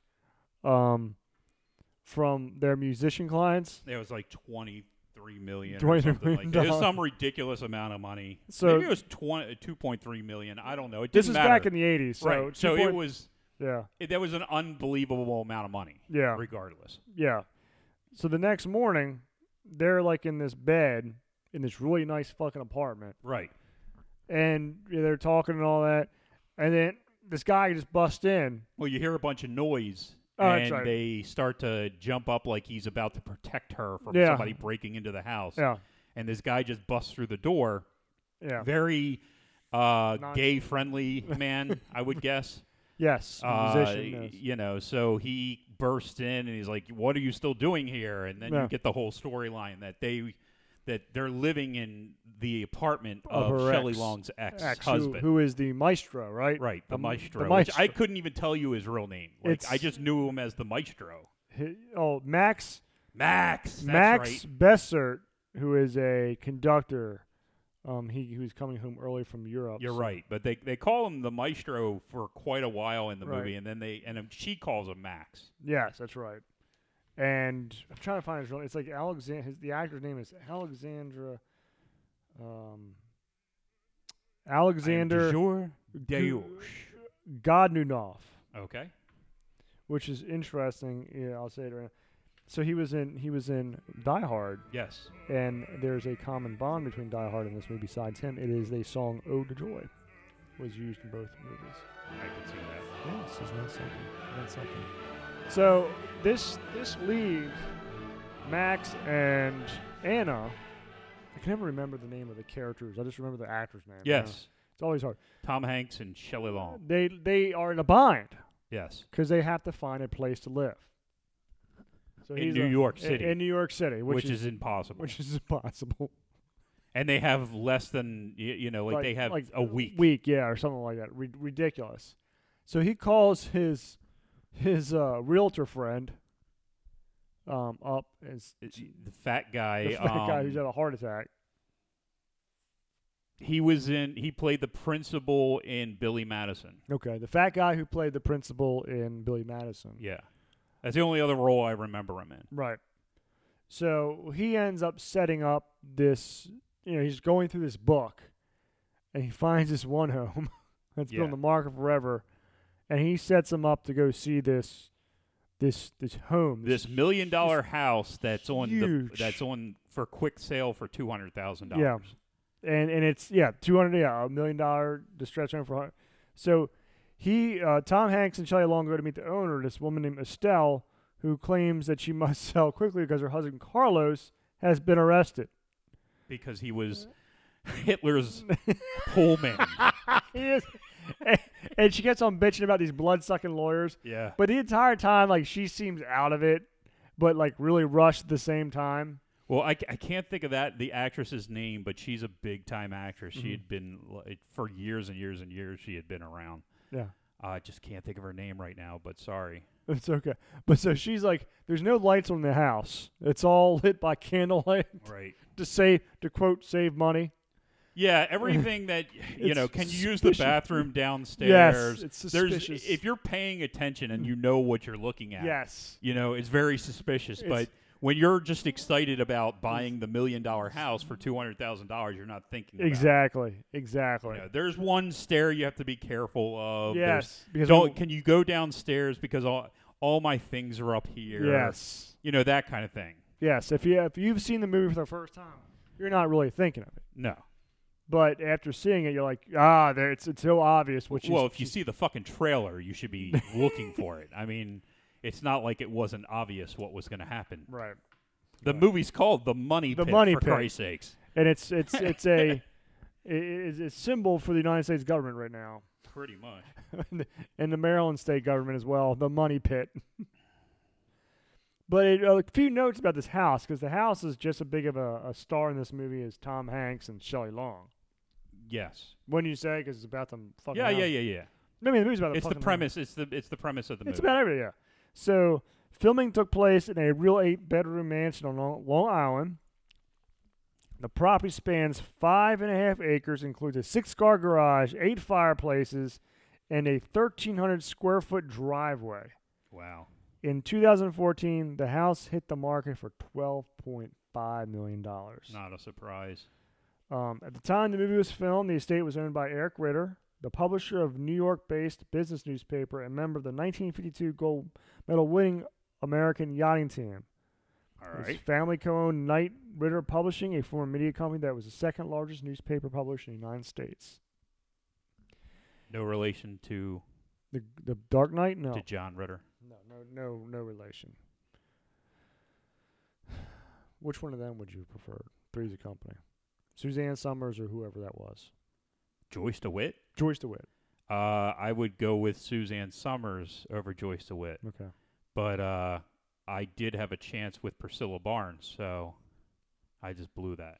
Speaker 2: um, from their musician clients.
Speaker 3: It was like twenty three million. or
Speaker 2: 23
Speaker 3: something like
Speaker 2: million
Speaker 3: that. It was some
Speaker 2: dollars.
Speaker 3: ridiculous amount of money.
Speaker 2: So-
Speaker 3: Maybe it was 20, 2.3 million. I don't know. It
Speaker 2: This
Speaker 3: didn't
Speaker 2: is
Speaker 3: matter.
Speaker 2: back in the '80s, so
Speaker 3: right. So
Speaker 2: two
Speaker 3: it
Speaker 2: point-
Speaker 3: was
Speaker 2: yeah,
Speaker 3: it, that was an unbelievable amount of money.
Speaker 2: Yeah.
Speaker 3: Regardless.
Speaker 2: yeah. So the next morning, they're like in this bed in this really nice fucking apartment.
Speaker 3: Right.
Speaker 2: and you know, they're talking and all that, and then this guy just busts in.
Speaker 3: Well, you hear a bunch of noise.
Speaker 2: Oh, that's
Speaker 3: and
Speaker 2: right.
Speaker 3: they start to jump up like he's about to protect her from
Speaker 2: Yeah.
Speaker 3: somebody breaking into the house.
Speaker 2: Yeah,
Speaker 3: And this guy just busts through the door.
Speaker 2: yeah,
Speaker 3: Very uh,
Speaker 2: Nonsense.
Speaker 3: gay friendly man, I would guess.
Speaker 2: yes,
Speaker 3: Uh,
Speaker 2: musician. yes.
Speaker 3: You know, so he bursts in and he's like, "What are you still doing here?" And then
Speaker 2: Yeah.
Speaker 3: you get the whole storyline that they that they're living in the apartment
Speaker 2: Of
Speaker 3: of,
Speaker 2: her
Speaker 3: Shelley
Speaker 2: ex-
Speaker 3: Long's ex,
Speaker 2: Ex, who-
Speaker 3: husband,
Speaker 2: who is the maestro, right?
Speaker 3: right? The,
Speaker 2: m-
Speaker 3: maestro,
Speaker 2: The
Speaker 3: which
Speaker 2: maestro.
Speaker 3: I couldn't even tell you his real name. Like I
Speaker 2: It's-
Speaker 3: just knew him as the maestro,
Speaker 2: He- oh, Max
Speaker 3: Max. That's
Speaker 2: Max
Speaker 3: right.
Speaker 2: Bessert, who is a conductor. Um, he who's coming home early from Europe.
Speaker 3: You're
Speaker 2: so-
Speaker 3: right, but they they call him the maestro for quite a while in the
Speaker 2: Right.
Speaker 3: movie, and then they and um, she calls him Max.
Speaker 2: Yes, that's right. And I'm trying to find his real. It's like Alexander. His, the actor's name is Alexandra. Um, Alexander
Speaker 3: Sure.
Speaker 2: Godunov.
Speaker 3: Okay.
Speaker 2: which is interesting. Yeah, I'll say it right. Now. So he was in he was in Die Hard,
Speaker 3: Yes.
Speaker 2: and there's a common bond between Die Hard and this movie. Besides him, it is the song "Ode to Joy," was used in both movies.
Speaker 3: I can see that.
Speaker 2: Yes, isn't that something? Isn't that something? So this this leaves Max and Anna. I can never remember the name of the characters. I just remember the actor's name. you know?
Speaker 3: Yes.
Speaker 2: it's always hard.
Speaker 3: Tom Hanks and Shelley Long.
Speaker 2: They they are in a bind
Speaker 3: Yes.
Speaker 2: because they have to find a place to live. So
Speaker 3: In
Speaker 2: he's
Speaker 3: New
Speaker 2: a-
Speaker 3: York
Speaker 2: i-
Speaker 3: City.
Speaker 2: In New York City, which,
Speaker 3: Which, is, impossible.
Speaker 2: which is impossible.
Speaker 3: and they have less than y- you know, like, they have a week.
Speaker 2: Week, yeah, or something like that. Rid- ridiculous. So he calls his his uh, realtor friend um, up and s-
Speaker 3: It's The fat guy.
Speaker 2: the fat guy
Speaker 3: um,
Speaker 2: who's had a heart attack.
Speaker 3: he was in. He played the principal in Billy Madison.
Speaker 2: Okay, the fat guy who played the principal in Billy Madison.
Speaker 3: Yeah, that's the only other role I remember him in.
Speaker 2: Right. So he ends up setting up this, you know, he's going through this book and he finds this one home that's been on
Speaker 3: Yeah.
Speaker 2: the market forever and he sets him up to go see this this this home.
Speaker 3: This million dollar house that's on the
Speaker 2: huge.
Speaker 3: that's on for quick sale for two hundred thousand
Speaker 2: Yeah.
Speaker 3: dollars.
Speaker 2: and and it's yeah, 200 yeah, a million dollar distress home for a hun- So he uh, Tom Hanks and Shelley Long go to meet the owner, this woman named Estelle who claims that she must sell quickly because her husband Carlos has been arrested.
Speaker 3: because he was Hitler's pool man.
Speaker 2: He is- and, and she gets on bitching about these blood sucking lawyers.
Speaker 3: Yeah,
Speaker 2: But the entire time, like she seems out of it, but like really rushed at the same time.
Speaker 3: Well, I, ca- I can't think of that the actress's name, but she's a big time actress.
Speaker 2: Mm-hmm.
Speaker 3: She had been like, for years and years and years. She had been around.
Speaker 2: Yeah,
Speaker 3: I just can't think of her name right now, but sorry.
Speaker 2: it's okay. But so she's like, "There's no lights on the house. It's all lit by candlelight
Speaker 3: Right.
Speaker 2: to save to quote save money."
Speaker 3: Yeah, everything that you know.
Speaker 2: It's
Speaker 3: Can you use the
Speaker 2: suspicious.
Speaker 3: bathroom downstairs?
Speaker 2: it's
Speaker 3: There's
Speaker 2: suspicious. Mm.
Speaker 3: if you're paying attention and you know what you're looking at.
Speaker 2: Yes,
Speaker 3: You know, it's very suspicious.
Speaker 2: It's-
Speaker 3: but when you're just excited about buying the million dollar house for two hundred thousand dollars, you're not thinking about it.
Speaker 2: exactly, exactly.
Speaker 3: You know, there's one stair you have to be careful of. There's-
Speaker 2: Yes, because
Speaker 3: don't
Speaker 2: we-
Speaker 3: can you go downstairs because all all my things are up here.
Speaker 2: Yes,
Speaker 3: You know that kind of thing.
Speaker 2: yes. If you if you've seen the movie for the first time, you're not really thinking of it.
Speaker 3: No.
Speaker 2: But after seeing it, you're like, ah, there, it's it's so obvious. Which
Speaker 3: well, if you see the fucking trailer, you should be looking for it. I mean, it's not like it wasn't obvious what was going to happen.
Speaker 2: right,
Speaker 3: The movie's called The Money
Speaker 2: The
Speaker 3: Pit
Speaker 2: Money
Speaker 3: for
Speaker 2: Pit.
Speaker 3: Christ's sakes.
Speaker 2: and it's it's it's a i- i- is a symbol for the United States government right now,
Speaker 3: Pretty much.
Speaker 2: and the Maryland state government as well. The money pit. but it, a few notes about this house because the house is just as big of a, a star in this movie as Tom Hanks and Shelley Long.
Speaker 3: Yes.
Speaker 2: Wouldn't you say? Because it's about them fucking.
Speaker 3: Yeah, yeah,
Speaker 2: house.
Speaker 3: yeah, yeah.
Speaker 2: I mean, the movie's about the
Speaker 3: It's the
Speaker 2: fucking house.
Speaker 3: premise. It's the it's the premise of the movie.
Speaker 2: It's about everything. Yeah. So filming took place in a real eight-bedroom mansion on Long Long Island. The property spans five and a half acres, includes a six-car garage, eight fireplaces, and a 1,300 square foot driveway.
Speaker 3: Wow.
Speaker 2: In 2014, the house hit the market for 12.5 million dollars.
Speaker 3: Not a surprise.
Speaker 2: Um, at the time the movie was filmed, the estate was owned by Eric Ritter, the publisher of New York based business newspaper and member of the 1952 gold medal winning American yachting team.
Speaker 3: All
Speaker 2: His
Speaker 3: right.
Speaker 2: family co owned Knight Ritter Publishing, a former media company that was the second largest newspaper published in the United States.
Speaker 3: No relation to,
Speaker 2: The, the Dark Knight? No.
Speaker 3: to John Ritter.
Speaker 2: No, no, no, no relation. Which one of them would you prefer? Three's a company. Suzanne Summers or whoever that was.
Speaker 3: Joyce DeWitt?
Speaker 2: Joyce DeWitt.
Speaker 3: Uh, I would go with Suzanne Summers over Joyce DeWitt.
Speaker 2: Okay.
Speaker 3: But uh, I did have a chance with Priscilla Barnes, so I just blew that.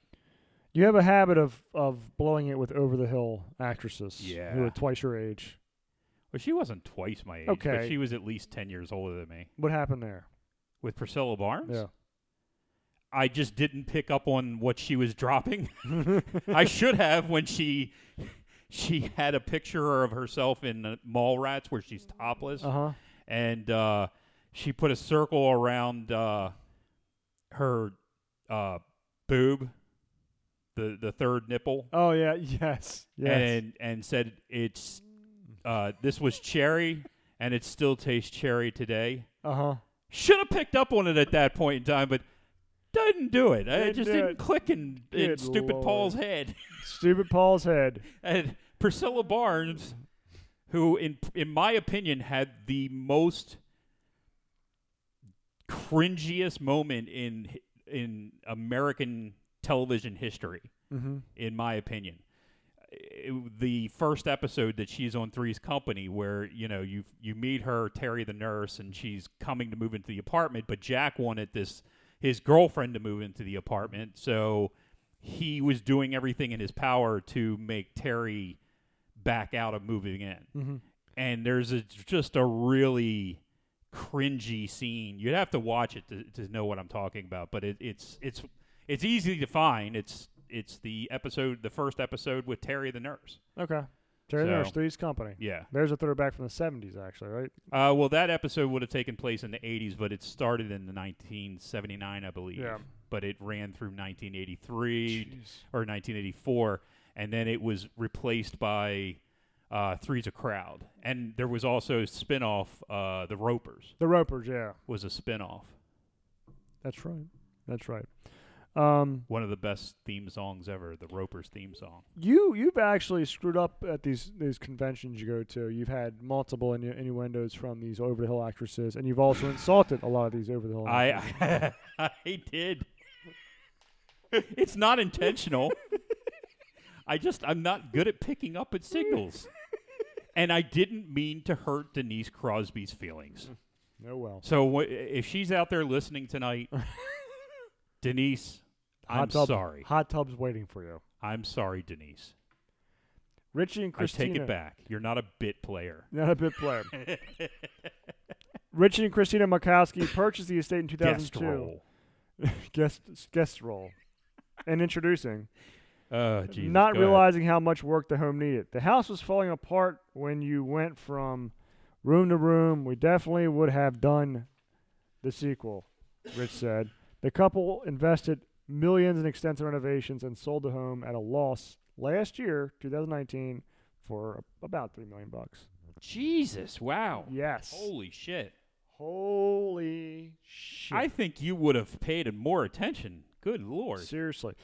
Speaker 2: You have a habit of of blowing it with over the hill actresses who
Speaker 3: Yeah.
Speaker 2: are twice your age.
Speaker 3: Well, she wasn't twice my age,
Speaker 2: Okay.
Speaker 3: but she was at least 10 years older than me.
Speaker 2: What happened there?
Speaker 3: With Priscilla Barnes?
Speaker 2: Yeah.
Speaker 3: I just didn't pick up on what she was dropping. I should have when she she had a picture of herself in Mallrats where she's topless
Speaker 2: Uh huh.
Speaker 3: and uh, she put a circle around uh, her uh, boob, the the third nipple,
Speaker 2: Oh yeah. Yes. Yes.
Speaker 3: and and said it's uh, this was cherry and it still tastes cherry today.
Speaker 2: uh huh.
Speaker 3: Should have picked up on it at that point in time, but didn't do it. I
Speaker 2: Didn't
Speaker 3: just
Speaker 2: do
Speaker 3: didn't
Speaker 2: it.
Speaker 3: click in, in
Speaker 2: Good
Speaker 3: stupid
Speaker 2: lord.
Speaker 3: Paul's head.
Speaker 2: Stupid Paul's head.
Speaker 3: and Priscilla Barnes, who in in my opinion had the most cringiest moment in in American television history,
Speaker 2: Mm-hmm.
Speaker 3: in my opinion. It- the first episode that she's on Three's Company, where you know you you meet her Terry the nurse, and she's coming to move into the apartment, but Jack wanted this his girlfriend to move into the apartment, so he was doing everything in his power to make Terry back out of moving in.
Speaker 2: Mhm.
Speaker 3: And there's a, just a really cringy scene. You'd have to watch it to, to know what I'm talking about, but it, it's it's it's easy to find. It's it's the episode, the first episode with Terry the nurse.
Speaker 2: Okay. Terry
Speaker 3: So-
Speaker 2: Nurse, Three's Company.
Speaker 3: Yeah.
Speaker 2: There's a throwback from the '70s, actually, right?
Speaker 3: Uh, well, that episode would have taken place in the 80s, but it started in the 1979, I believe.
Speaker 2: Yeah.
Speaker 3: But it ran through 1983 or 1984, and then it was replaced by uh, Three's a Crowd. And there was also a spinoff, uh, The Ropers
Speaker 2: The Ropers. Yeah.
Speaker 3: was a spinoff.
Speaker 2: That's right. That's right. Um,
Speaker 3: One of the best theme songs ever, The Ropers theme song.
Speaker 2: you you've actually screwed up at these these conventions you go to. You've had multiple innu- innuendos from these over the hill actresses, and you've also insulted a lot of these over the hill. actresses.
Speaker 3: I, I did. It's not intentional. I just I'm not good at picking up at signals. And I didn't mean to hurt Denise Crosby's
Speaker 2: Mm.
Speaker 3: feelings.
Speaker 2: No Oh, well.
Speaker 3: So wh- if she's out there listening tonight, Denise,
Speaker 2: Hot
Speaker 3: I'm
Speaker 2: tub-
Speaker 3: sorry.
Speaker 2: Hot tub's waiting for you.
Speaker 3: I'm sorry, Denise.
Speaker 2: Richie and Christina.
Speaker 3: I take it back. You're not a bit player.
Speaker 2: Not a bit player. Richie and Christina Makowski purchased the estate in
Speaker 3: Guest
Speaker 2: 2002.
Speaker 3: role.
Speaker 2: guest guest role. And introducing,
Speaker 3: Oh, Jesus.
Speaker 2: not
Speaker 3: go ahead.
Speaker 2: realizing how much work the home needed. The house was falling apart when you went from room to room. We definitely would have done the sequel, Rich said. The couple invested millions in extensive renovations and sold the home at a loss last year, 2019, for about 3 million bucks.
Speaker 3: Jesus. Wow.
Speaker 2: Yes.
Speaker 3: Holy shit.
Speaker 2: Holy shit.
Speaker 3: I think you would have paid more attention. Good lord.
Speaker 2: Seriously.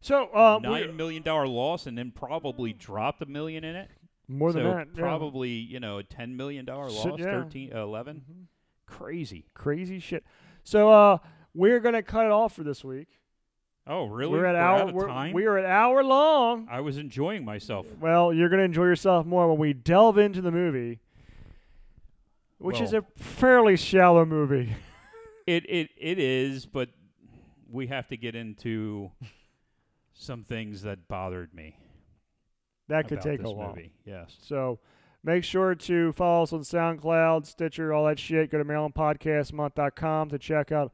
Speaker 2: So, uh, we-
Speaker 3: Nine million dollar loss, and then probably dropped a million in it.
Speaker 2: more than
Speaker 3: so
Speaker 2: that. yeah.
Speaker 3: probably you know a ten million dollar
Speaker 2: Shit,
Speaker 3: loss,
Speaker 2: yeah. Mm-hmm.
Speaker 3: thirteen, uh, 11. Crazy.
Speaker 2: Crazy shit. So, uh, we're going to cut it off for this week.
Speaker 3: Oh really?
Speaker 2: We're at
Speaker 3: We're
Speaker 2: hour.
Speaker 3: out of
Speaker 2: we're-
Speaker 3: time.
Speaker 2: We are at hour long.
Speaker 3: I was enjoying myself.
Speaker 2: Well, you're gonna enjoy yourself more when we delve into the movie, which is a
Speaker 3: Well-
Speaker 2: fairly shallow movie.
Speaker 3: It it it is, but we have to get into some things that bothered me.
Speaker 2: That could
Speaker 3: about
Speaker 2: take a
Speaker 3: this
Speaker 2: while.
Speaker 3: Movie. Yes.
Speaker 2: So, Make sure to follow us on SoundCloud, Stitcher, all that shit. Go to MarylandPodcastMonth.com to check out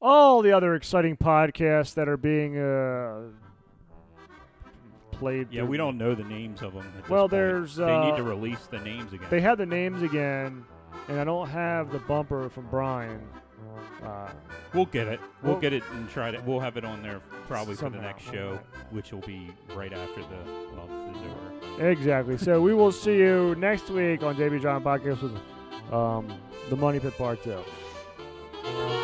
Speaker 2: all the other exciting podcasts that are being uh, played.
Speaker 3: Yeah,
Speaker 2: through-
Speaker 3: we don't know the names of them.
Speaker 2: Well, there's,
Speaker 3: They
Speaker 2: uh,
Speaker 3: need to release the names again.
Speaker 2: They have the names again, and I don't have the bumper from Brian. Uh,
Speaker 3: we'll get it. We'll,
Speaker 2: Well-
Speaker 3: get it and try to. We'll have it on there probably for
Speaker 2: Somehow,
Speaker 3: the next show,
Speaker 2: alright.
Speaker 3: which will be right after the month is over.
Speaker 2: exactly. so we will see you next week on JB John Podcast with um, the Money Pit Part 2.